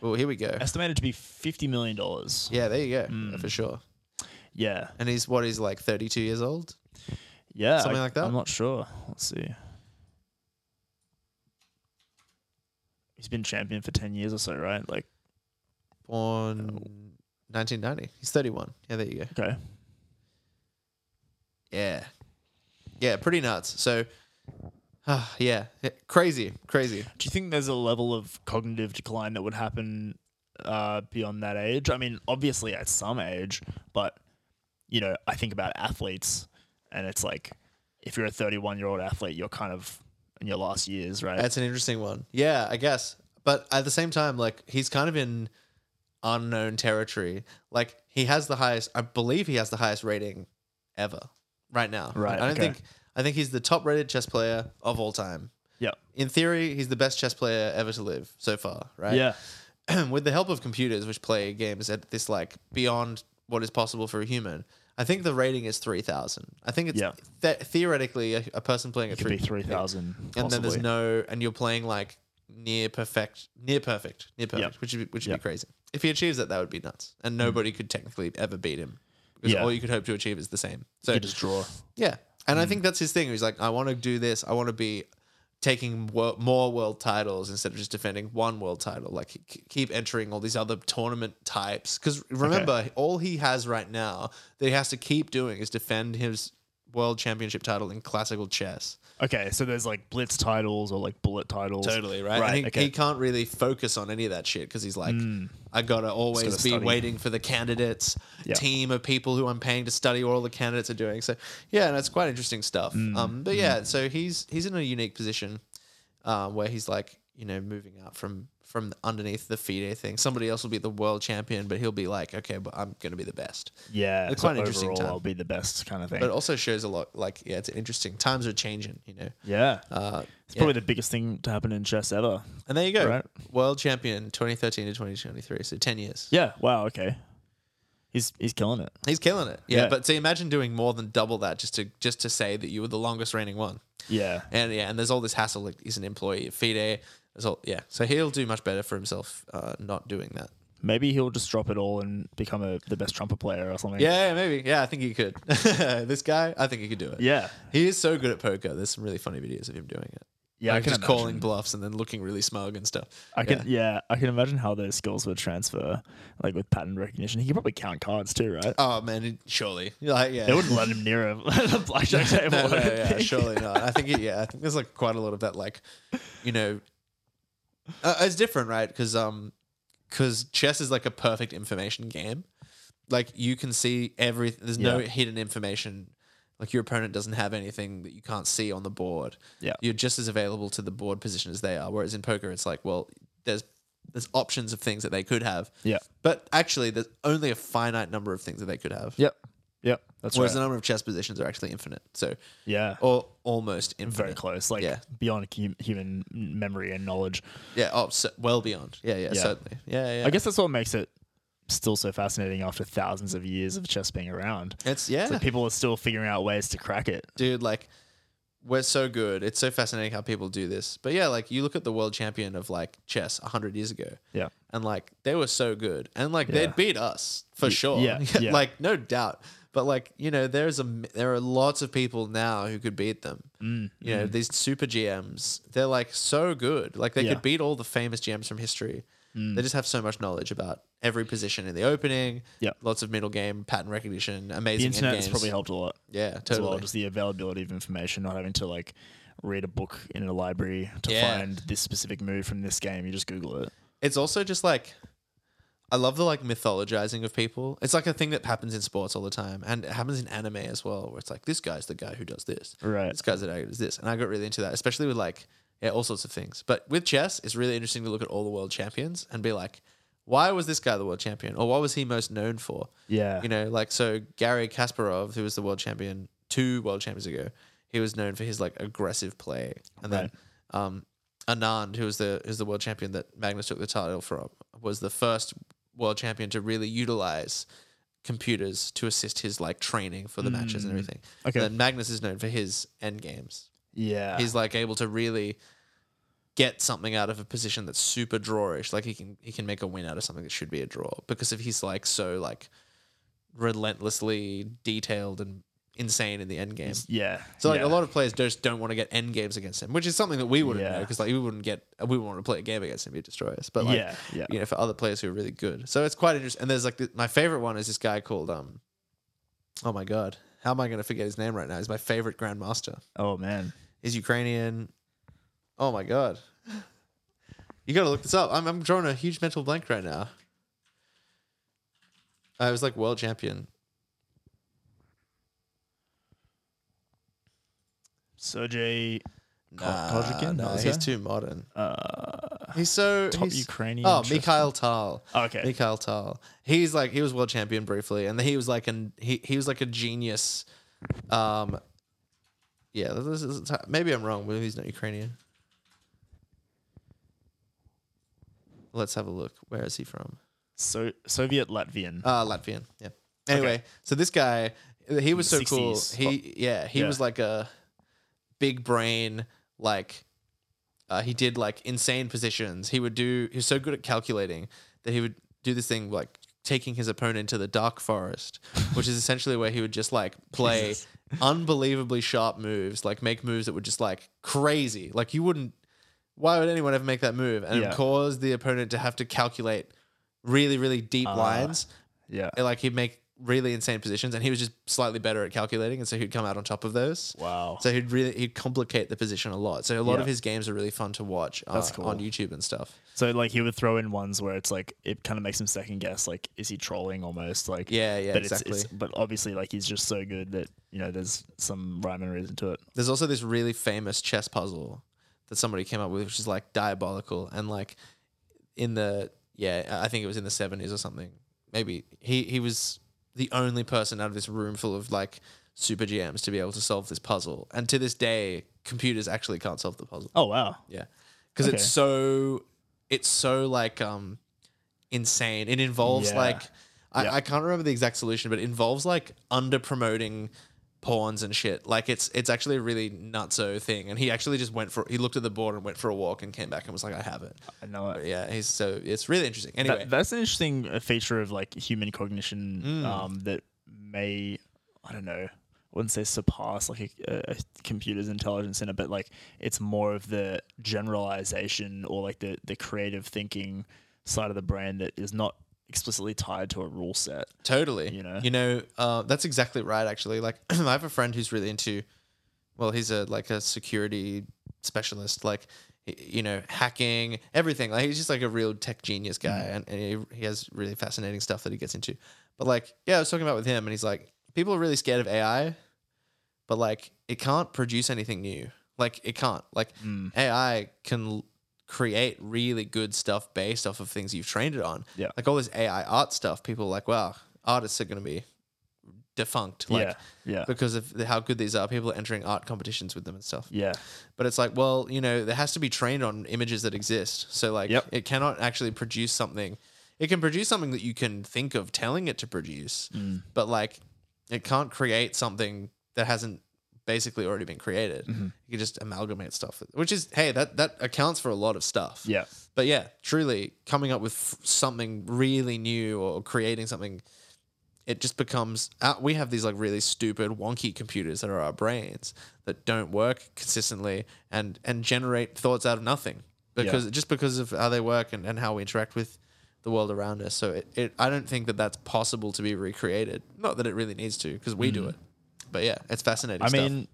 Well, here we go. Estimated to be fifty million dollars. Yeah, there you go Hmm. for sure. Yeah. And he's what? He's like 32 years old. Yeah. Something like that? I'm not sure. Let's see. He's been champion for ten years or so, right? Like, Oh. Born 1990. He's 31. Yeah, there you go. okay. Yeah, yeah, pretty nuts. So, ah, yeah, Yeah, crazy, crazy. Do you think there's a level of cognitive decline that would happen uh, beyond that age? I mean, obviously at some age, but you know, I think about athletes, and it's like if you're a 31 year old athlete, you're kind of in your last years, right? That's an interesting one. Yeah, I guess. But at the same time, like he's kind of in unknown territory. Like he has the highest, I believe he has the highest rating ever right now. Right, I don't okay. think. I think he's the top rated chess player of all time. yeah, In theory, he's the best chess player ever to live so far. Right. yeah, with the help of computers, which play games at this like beyond what is possible for a human. I think the rating is three thousand. I think it's Yeah. the- theoretically a, a person playing a could be 3,000 and then there's possibly. no, and you're playing like near perfect, near perfect, near perfect, which would be, which would Yeah. Hmm. be crazy. If he achieves that, that would be nuts, and nobody could technically ever beat him. Because Yeah. all you could hope to achieve is the same. So you just draw. yeah, and I think that's his thing. He's like, I want to do this. I want to be taking wor- more world titles instead of just defending one world title. Like k- keep entering all these other tournament types. Because remember, all he has right now that he has to keep doing is defend his world championship title in classical chess. Okay, so there's like blitz titles or like bullet titles. Right. And he, okay. Hmm. he can't really focus on any of that shit because he's like, I gotta always gotta be study. waiting for the candidates, Yeah. team of people who I'm paying to study what all the candidates are doing. So yeah, and it's quite interesting stuff. Hmm, Um, but yeah, so he's he's in a unique position um, where he's like, you know, moving out from from underneath the FIDE thing. Somebody else will be the world champion, but he'll be like, okay, but I'm gonna be the best. yeah, It's so quite an interesting overall, time. I'll be the best kind of thing. But it also shows a lot. Like, yeah, it's interesting. Times are changing, you know. yeah, Uh, it's yeah. probably the biggest thing to happen in chess ever. And there you go. Right. World champion 2013 to 2023. So 10 years. Yeah. Wow. Okay. He's he's killing it. He's killing it. Yeah, Yeah. But so imagine doing more than double that just to just to say that you were the longest reigning one. Yeah. And yeah, and there's all this hassle. Like he's an employee at FIDE. There's all yeah. So he'll do much better for himself uh, not doing that. Maybe he'll just drop it all and become a, the best trumpet player or something. Yeah, yeah, maybe. Yeah, I think he could. this guy, I think he could do it. Yeah. He is so good at poker. There's some really funny videos of him doing it. Yeah. Like, I can just imagine. calling bluffs and then looking really smug and stuff. I can. Yeah. I can imagine how those skills would transfer, like with pattern recognition. He could probably count cards too, right? Oh man, he- surely. Like yeah. they wouldn't let him near a, a blackjack table. no, I no, don't yeah, think. surely not. I think it, yeah, I think there's like quite a lot of that. Like, you know, uh, it's different, right? Because um, because chess is like a perfect information game. Like you can see every. There's no Yeah. hidden information. Like your opponent doesn't have anything that you can't see on the board. Yeah. you're just as available to the board position as they are. Whereas in poker, it's like, well, there's there's options of things that they could have. Yeah. but actually, there's only a finite number of things that they could have. Yep. Yep. That's Whereas the right. number of chess positions are actually infinite. So Yeah. or almost infinite. Very close. Like Yeah. beyond hum- human memory and knowledge. Yeah. Oh, so, well beyond. Yeah. Yeah. Yeah. Certainly. Yeah. Yeah. I guess that's what makes it still so fascinating after thousands of years of chess being around. it's yeah, So people are still figuring out ways to crack it. dude. Like, we're so good. It's so fascinating how people do this. But yeah, like you look at the world champion of like chess hundred years ago, Yeah. and like they were so good, and like Yeah. they'd beat us for sure, yeah, yeah. like no doubt. But like you know, there's a m- there are lots of people now who could beat them. Mm, you know, these super GMs, they're like so good, like they Yeah. Mm. could beat all the famous GMs from history. They just have so much knowledge about every position in the opening. Yeah. lots of middle game pattern recognition, amazing. The internet has endgames. probably helped a lot. Yeah, as well. totally. Just the availability of information, not having to like read a book in a library to Yeah. find this specific move from this game. You just Google it. it's also just like I love the like mythologizing of people. It's like a thing that happens in sports all the time, and it happens in anime as well, where it's like this guy's the guy who does this, Right. This guy's the guy who does this, and I got really into that, especially with like yeah, all sorts of things. But with chess, it's really interesting to look at all the world champions and be like, why was this guy the world champion, or what was he most known for? Yeah. you know, like so Gary Kasparov, who was the world champion two world champions ago, he was known for his like aggressive play, and Right. then um, Anand, who was the who's the world champion that Magnus took the title from, was the first world champion to really utilize computers to assist his like training for the matches and everything. Okay. Ah. then Magnus is known for his end games. Yeah. He's like able to really get something out of a position that's super drawish. Like he can he can make a win out of something that should be a draw because if he's like so like relentlessly detailed and insane in the end game. yeah. So like yeah. a lot of players just don't want to get end games against him, which is something that we wouldn't know Yeah. because like we wouldn't get we wouldn't want to play a game against him. He'd destroy us. But like Yeah, yeah. you know for other players who are really good, so it's quite interesting. And there's like the, my favorite one is this guy called um oh my god how am I going to forget his name right now? He's my favorite grandmaster Oh man. is Ukrainian. Oh my god. You gotta look this up. I'm, I'm drawing a huge mental blank right now. I was like world champion. Sergey Ko- Nah, Kozhikin? Uh, no, is he's that? too modern. he's so top he's- Ukrainian Oh, chess- Mikhail Tal. Okay. Mikhail Tal. He's like he was world champion briefly, and he was like an he he was like a genius. Um, yeah, this is, maybe I'm wrong. Maybe he's not Ukrainian. Let's have a look. Where is he from? So Soviet Latvian. Uh, Latvian. Yeah. Anyway, so this guy, he was so cool. 60s. He yeah, he Yeah. was like a big brain. Like uh, he did like insane positions. He would do. He was so good at calculating that he would do this thing like taking his opponent to the dark forest, which is essentially where he would just like play unbelievably sharp moves, like make moves that were just like crazy. Like you wouldn't. Why would anyone ever make that move? And Yeah. it caused the opponent to have to calculate really, really deep Uh, lines yeah. like he'd make really insane positions and he was just slightly better at calculating and so he'd come out on top of those Wow. so he'd really he'd complicate the position a lot so a lot Yeah. of his games are really fun to watch uh, That's cool. on youtube and stuff So like he would throw in ones where it's like it kind of makes him second guess. Like is he trolling almost? Like Yeah, yeah, But It's, it's, exactly. but obviously like he's just so good that you know there's some rhyme and reason to it. there's also this really famous chess puzzle that somebody came up with which is like diabolical and like in the yeah i think it was in the 70s or something maybe he he was the only person out of this room full of like super gms to be able to solve this puzzle and to this day computers actually can't solve the puzzle Oh wow. Yeah. Cuz Okay. it's so it's so like um insane. It involves Yeah. like I, Yeah. I can't remember the exact solution, but it involves like under promoting pawns and shit. Like it's it's actually a really nutso thing. And he actually just went for he looked at the board and went for a walk and came back and was like, I have it. I know it. But yeah, he's so it's really interesting. Uh, That- Anyway, that's an interesting uh, feature of like human cognition um, that may, I don't know, I wouldn't say surpass like a, a computer's intelligence in it, but like it's more of the generalization or like the the creative thinking side of the brain that is not explicitly tied to a rule set. Totally. You know? You know, uh, that's exactly right. Actually, like I have a friend who's really into, well, he's a like a security specialist, like y- you know, hacking everything. Like he's just like a real tech genius guy, Mm-hmm. and, and he, he has really fascinating stuff that he gets into. But like, yeah, I was talking about with him, and he's like, people are really scared of AI, but like it can't produce anything new. Like it can't. Like Hmm. AI can l- create really good stuff based off of things you've trained it on. Yeah. Like all this AI art stuff, people are like, wow, artists are going to be defunct. Like, yeah, yeah, Because of the- how good these are, people are entering art competitions with them and stuff. yeah, But it's like, well, you know, there has to be trained on images that exist. So like, Yep. it cannot actually produce something. It can produce something that you can think of Mm. telling it to produce, but like, it can't create something that hasn't basically already been created. Mm-hmm. You can just amalgamate stuff, which is hey, that that accounts for a lot of stuff. Yeah. But yeah, truly coming up with f- something really new or creating something, it just becomes. Uh, we have these like really stupid, wonky computers that are our brains that don't work consistently and and generate thoughts out of nothing because just because of how they work and, and how we interact with the world around us. So it, it I don't think that that's possible to be recreated. Not that it really needs to because we do it. But yeah, it's fascinating. Mm. I stuff. mean,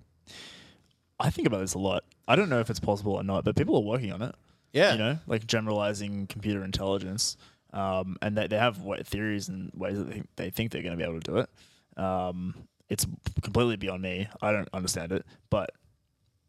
I think about this a lot. I don't know if it's possible or not, but people are working on it. Yeah. You know, like generalizing computer intelligence. Um, and they, they have what theories and ways that they think, they think they're going to be able to do it. Um, it's completely beyond me. I don't understand it, but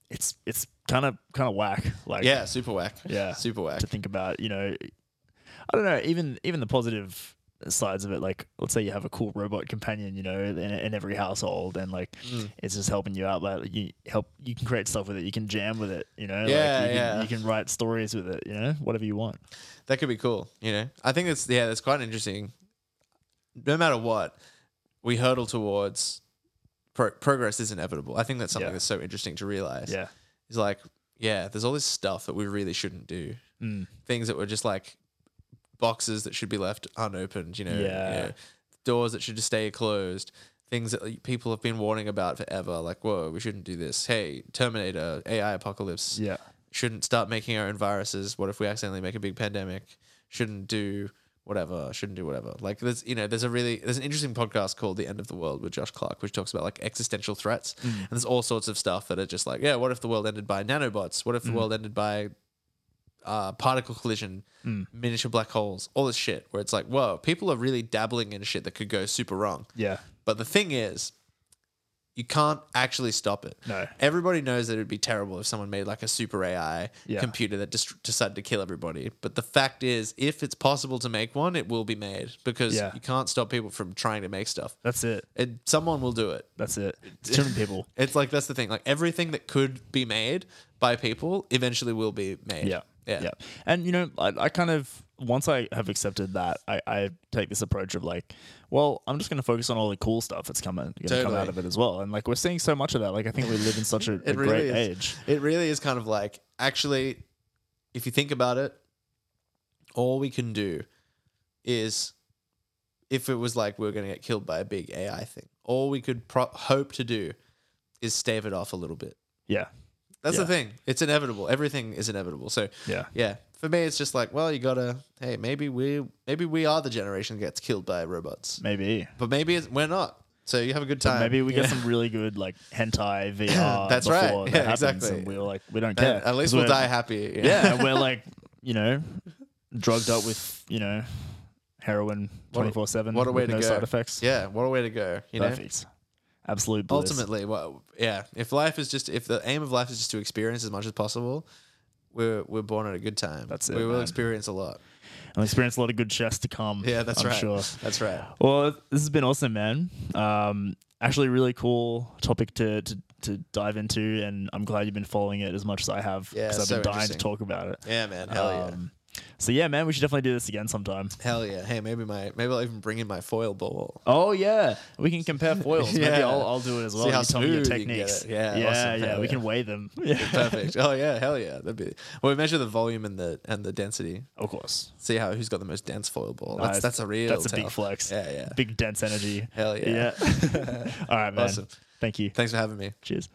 it's it's kind of kind of whack. Like yeah, super whack. yeah super whack. to think about you know i don't know even even the positive sides of it like let's say you have a cool robot companion you know in, in every household and like Mm. it's just helping you out like you help you can create stuff with it you can jam with it you know Yeah, like you, yeah. Can, you can write stories with it you know whatever you want That could be cool. You know, I think that's yeah, that's quite interesting. No matter what, we hurdle towards pro- progress is inevitable. I think that's something Yeah. that's so interesting to realize. yeah It's like, yeah, there's all this stuff that we really shouldn't do. Mm. Things that were just like boxes that should be left unopened, you know, you Yeah. know, doors that should just stay closed, things that like, people have been warning about forever. Like, whoa, we shouldn't do this. Hey, Terminator, AI apocalypse. yeah Shouldn't start making our own viruses. What if we accidentally make a big pandemic? Shouldn't do whatever. Shouldn't do whatever. Like there's you know there's a really there's an interesting podcast called The End of the World with Josh Clark, which talks about like existential threats. And there's all sorts of stuff that are just like yeah, what if the world ended by nanobots? What if the world ended by uh, particle collision, miniature black holes, all this shit. Where it's like whoa, people are really dabbling in shit that could go super wrong. yeah But the thing is, you can't actually stop it. No. Everybody knows that it'd be terrible if someone made like a super AI Yeah. computer that just decided to kill everybody. But the fact is, if it's possible to make one, it will be made because Yeah. you can't stop people from trying to make stuff. that's it It, someone will do it. that's it it's too many people It's like that's the thing. Like everything that could be made by people eventually will be made. Yeah. Yeah. Yeah. And, you know, I, I kind of, once I have accepted that, I, I take this approach of like, well, I'm just going to focus on all the cool stuff that's coming, gonna come Totally. out of it as well. And like, we're seeing so much of that. Like, I think we live in such a, a It really great is. age. It really is kind of like actually, if you think about it, all we can do is if it was like we are going to get killed by a big AI thing, all we could pro- hope to do is stave it off a little bit. Yeah. That's the Yeah. thing. It's inevitable. Everything is inevitable. So Yeah. yeah, for me, it's just like, well, you gotta. Hey, maybe we, maybe we are the generation that gets killed by robots, Maybe. but maybe it's, we're not. So you have a good time. Maybe we you get know? some really good like hentai VR. That's before That right. Yeah, happens, exactly. And we're like, we don't care. And At 'Cause least we'll we're- die happy. you know? Yeah. and we're like, you know, drugged up with, you know, heroin 24 7. What a way to no go. side effects. Yeah, what a way to go. You know, Perfect. Absolute bliss. ultimately, well, yeah. If life is just, if the aim of life is just to experience as much as possible, we're we're born at a good time. That's it, We will man. experience a lot. and experience a lot of good chefs to come. Yeah, that's I'm right. Sure. That's right. Well, this has been awesome, man. Um, actually, really cool topic to, to to dive into, and I'm glad you've been following it as much as I have Yeah, I've so been dying to interesting. talk about it. Yeah, man. Hell yeah. Um, So yeah, man, we should definitely do this again sometime. Hell yeah. Hey, maybe my maybe I'll even bring in my foil ball. Oh yeah, we can compare foils. Maybe Yeah. I'll, I'll do it as well. See how you tell me your smooth you can get techniques. it. Yeah, yeah, awesome. yeah. Hell We yeah. can weigh them. Yeah, Perfect. oh yeah. Hell yeah. That'd be. Well, we measure the volume and the and the density. of course. See how who's got the most dense foil ball. Uh, That's that's a real. That's a tell. big flex. Yeah, yeah. Big dense energy. Hell yeah. Yeah. All right, man. Awesome. Thank you. Thanks for having me. Cheers.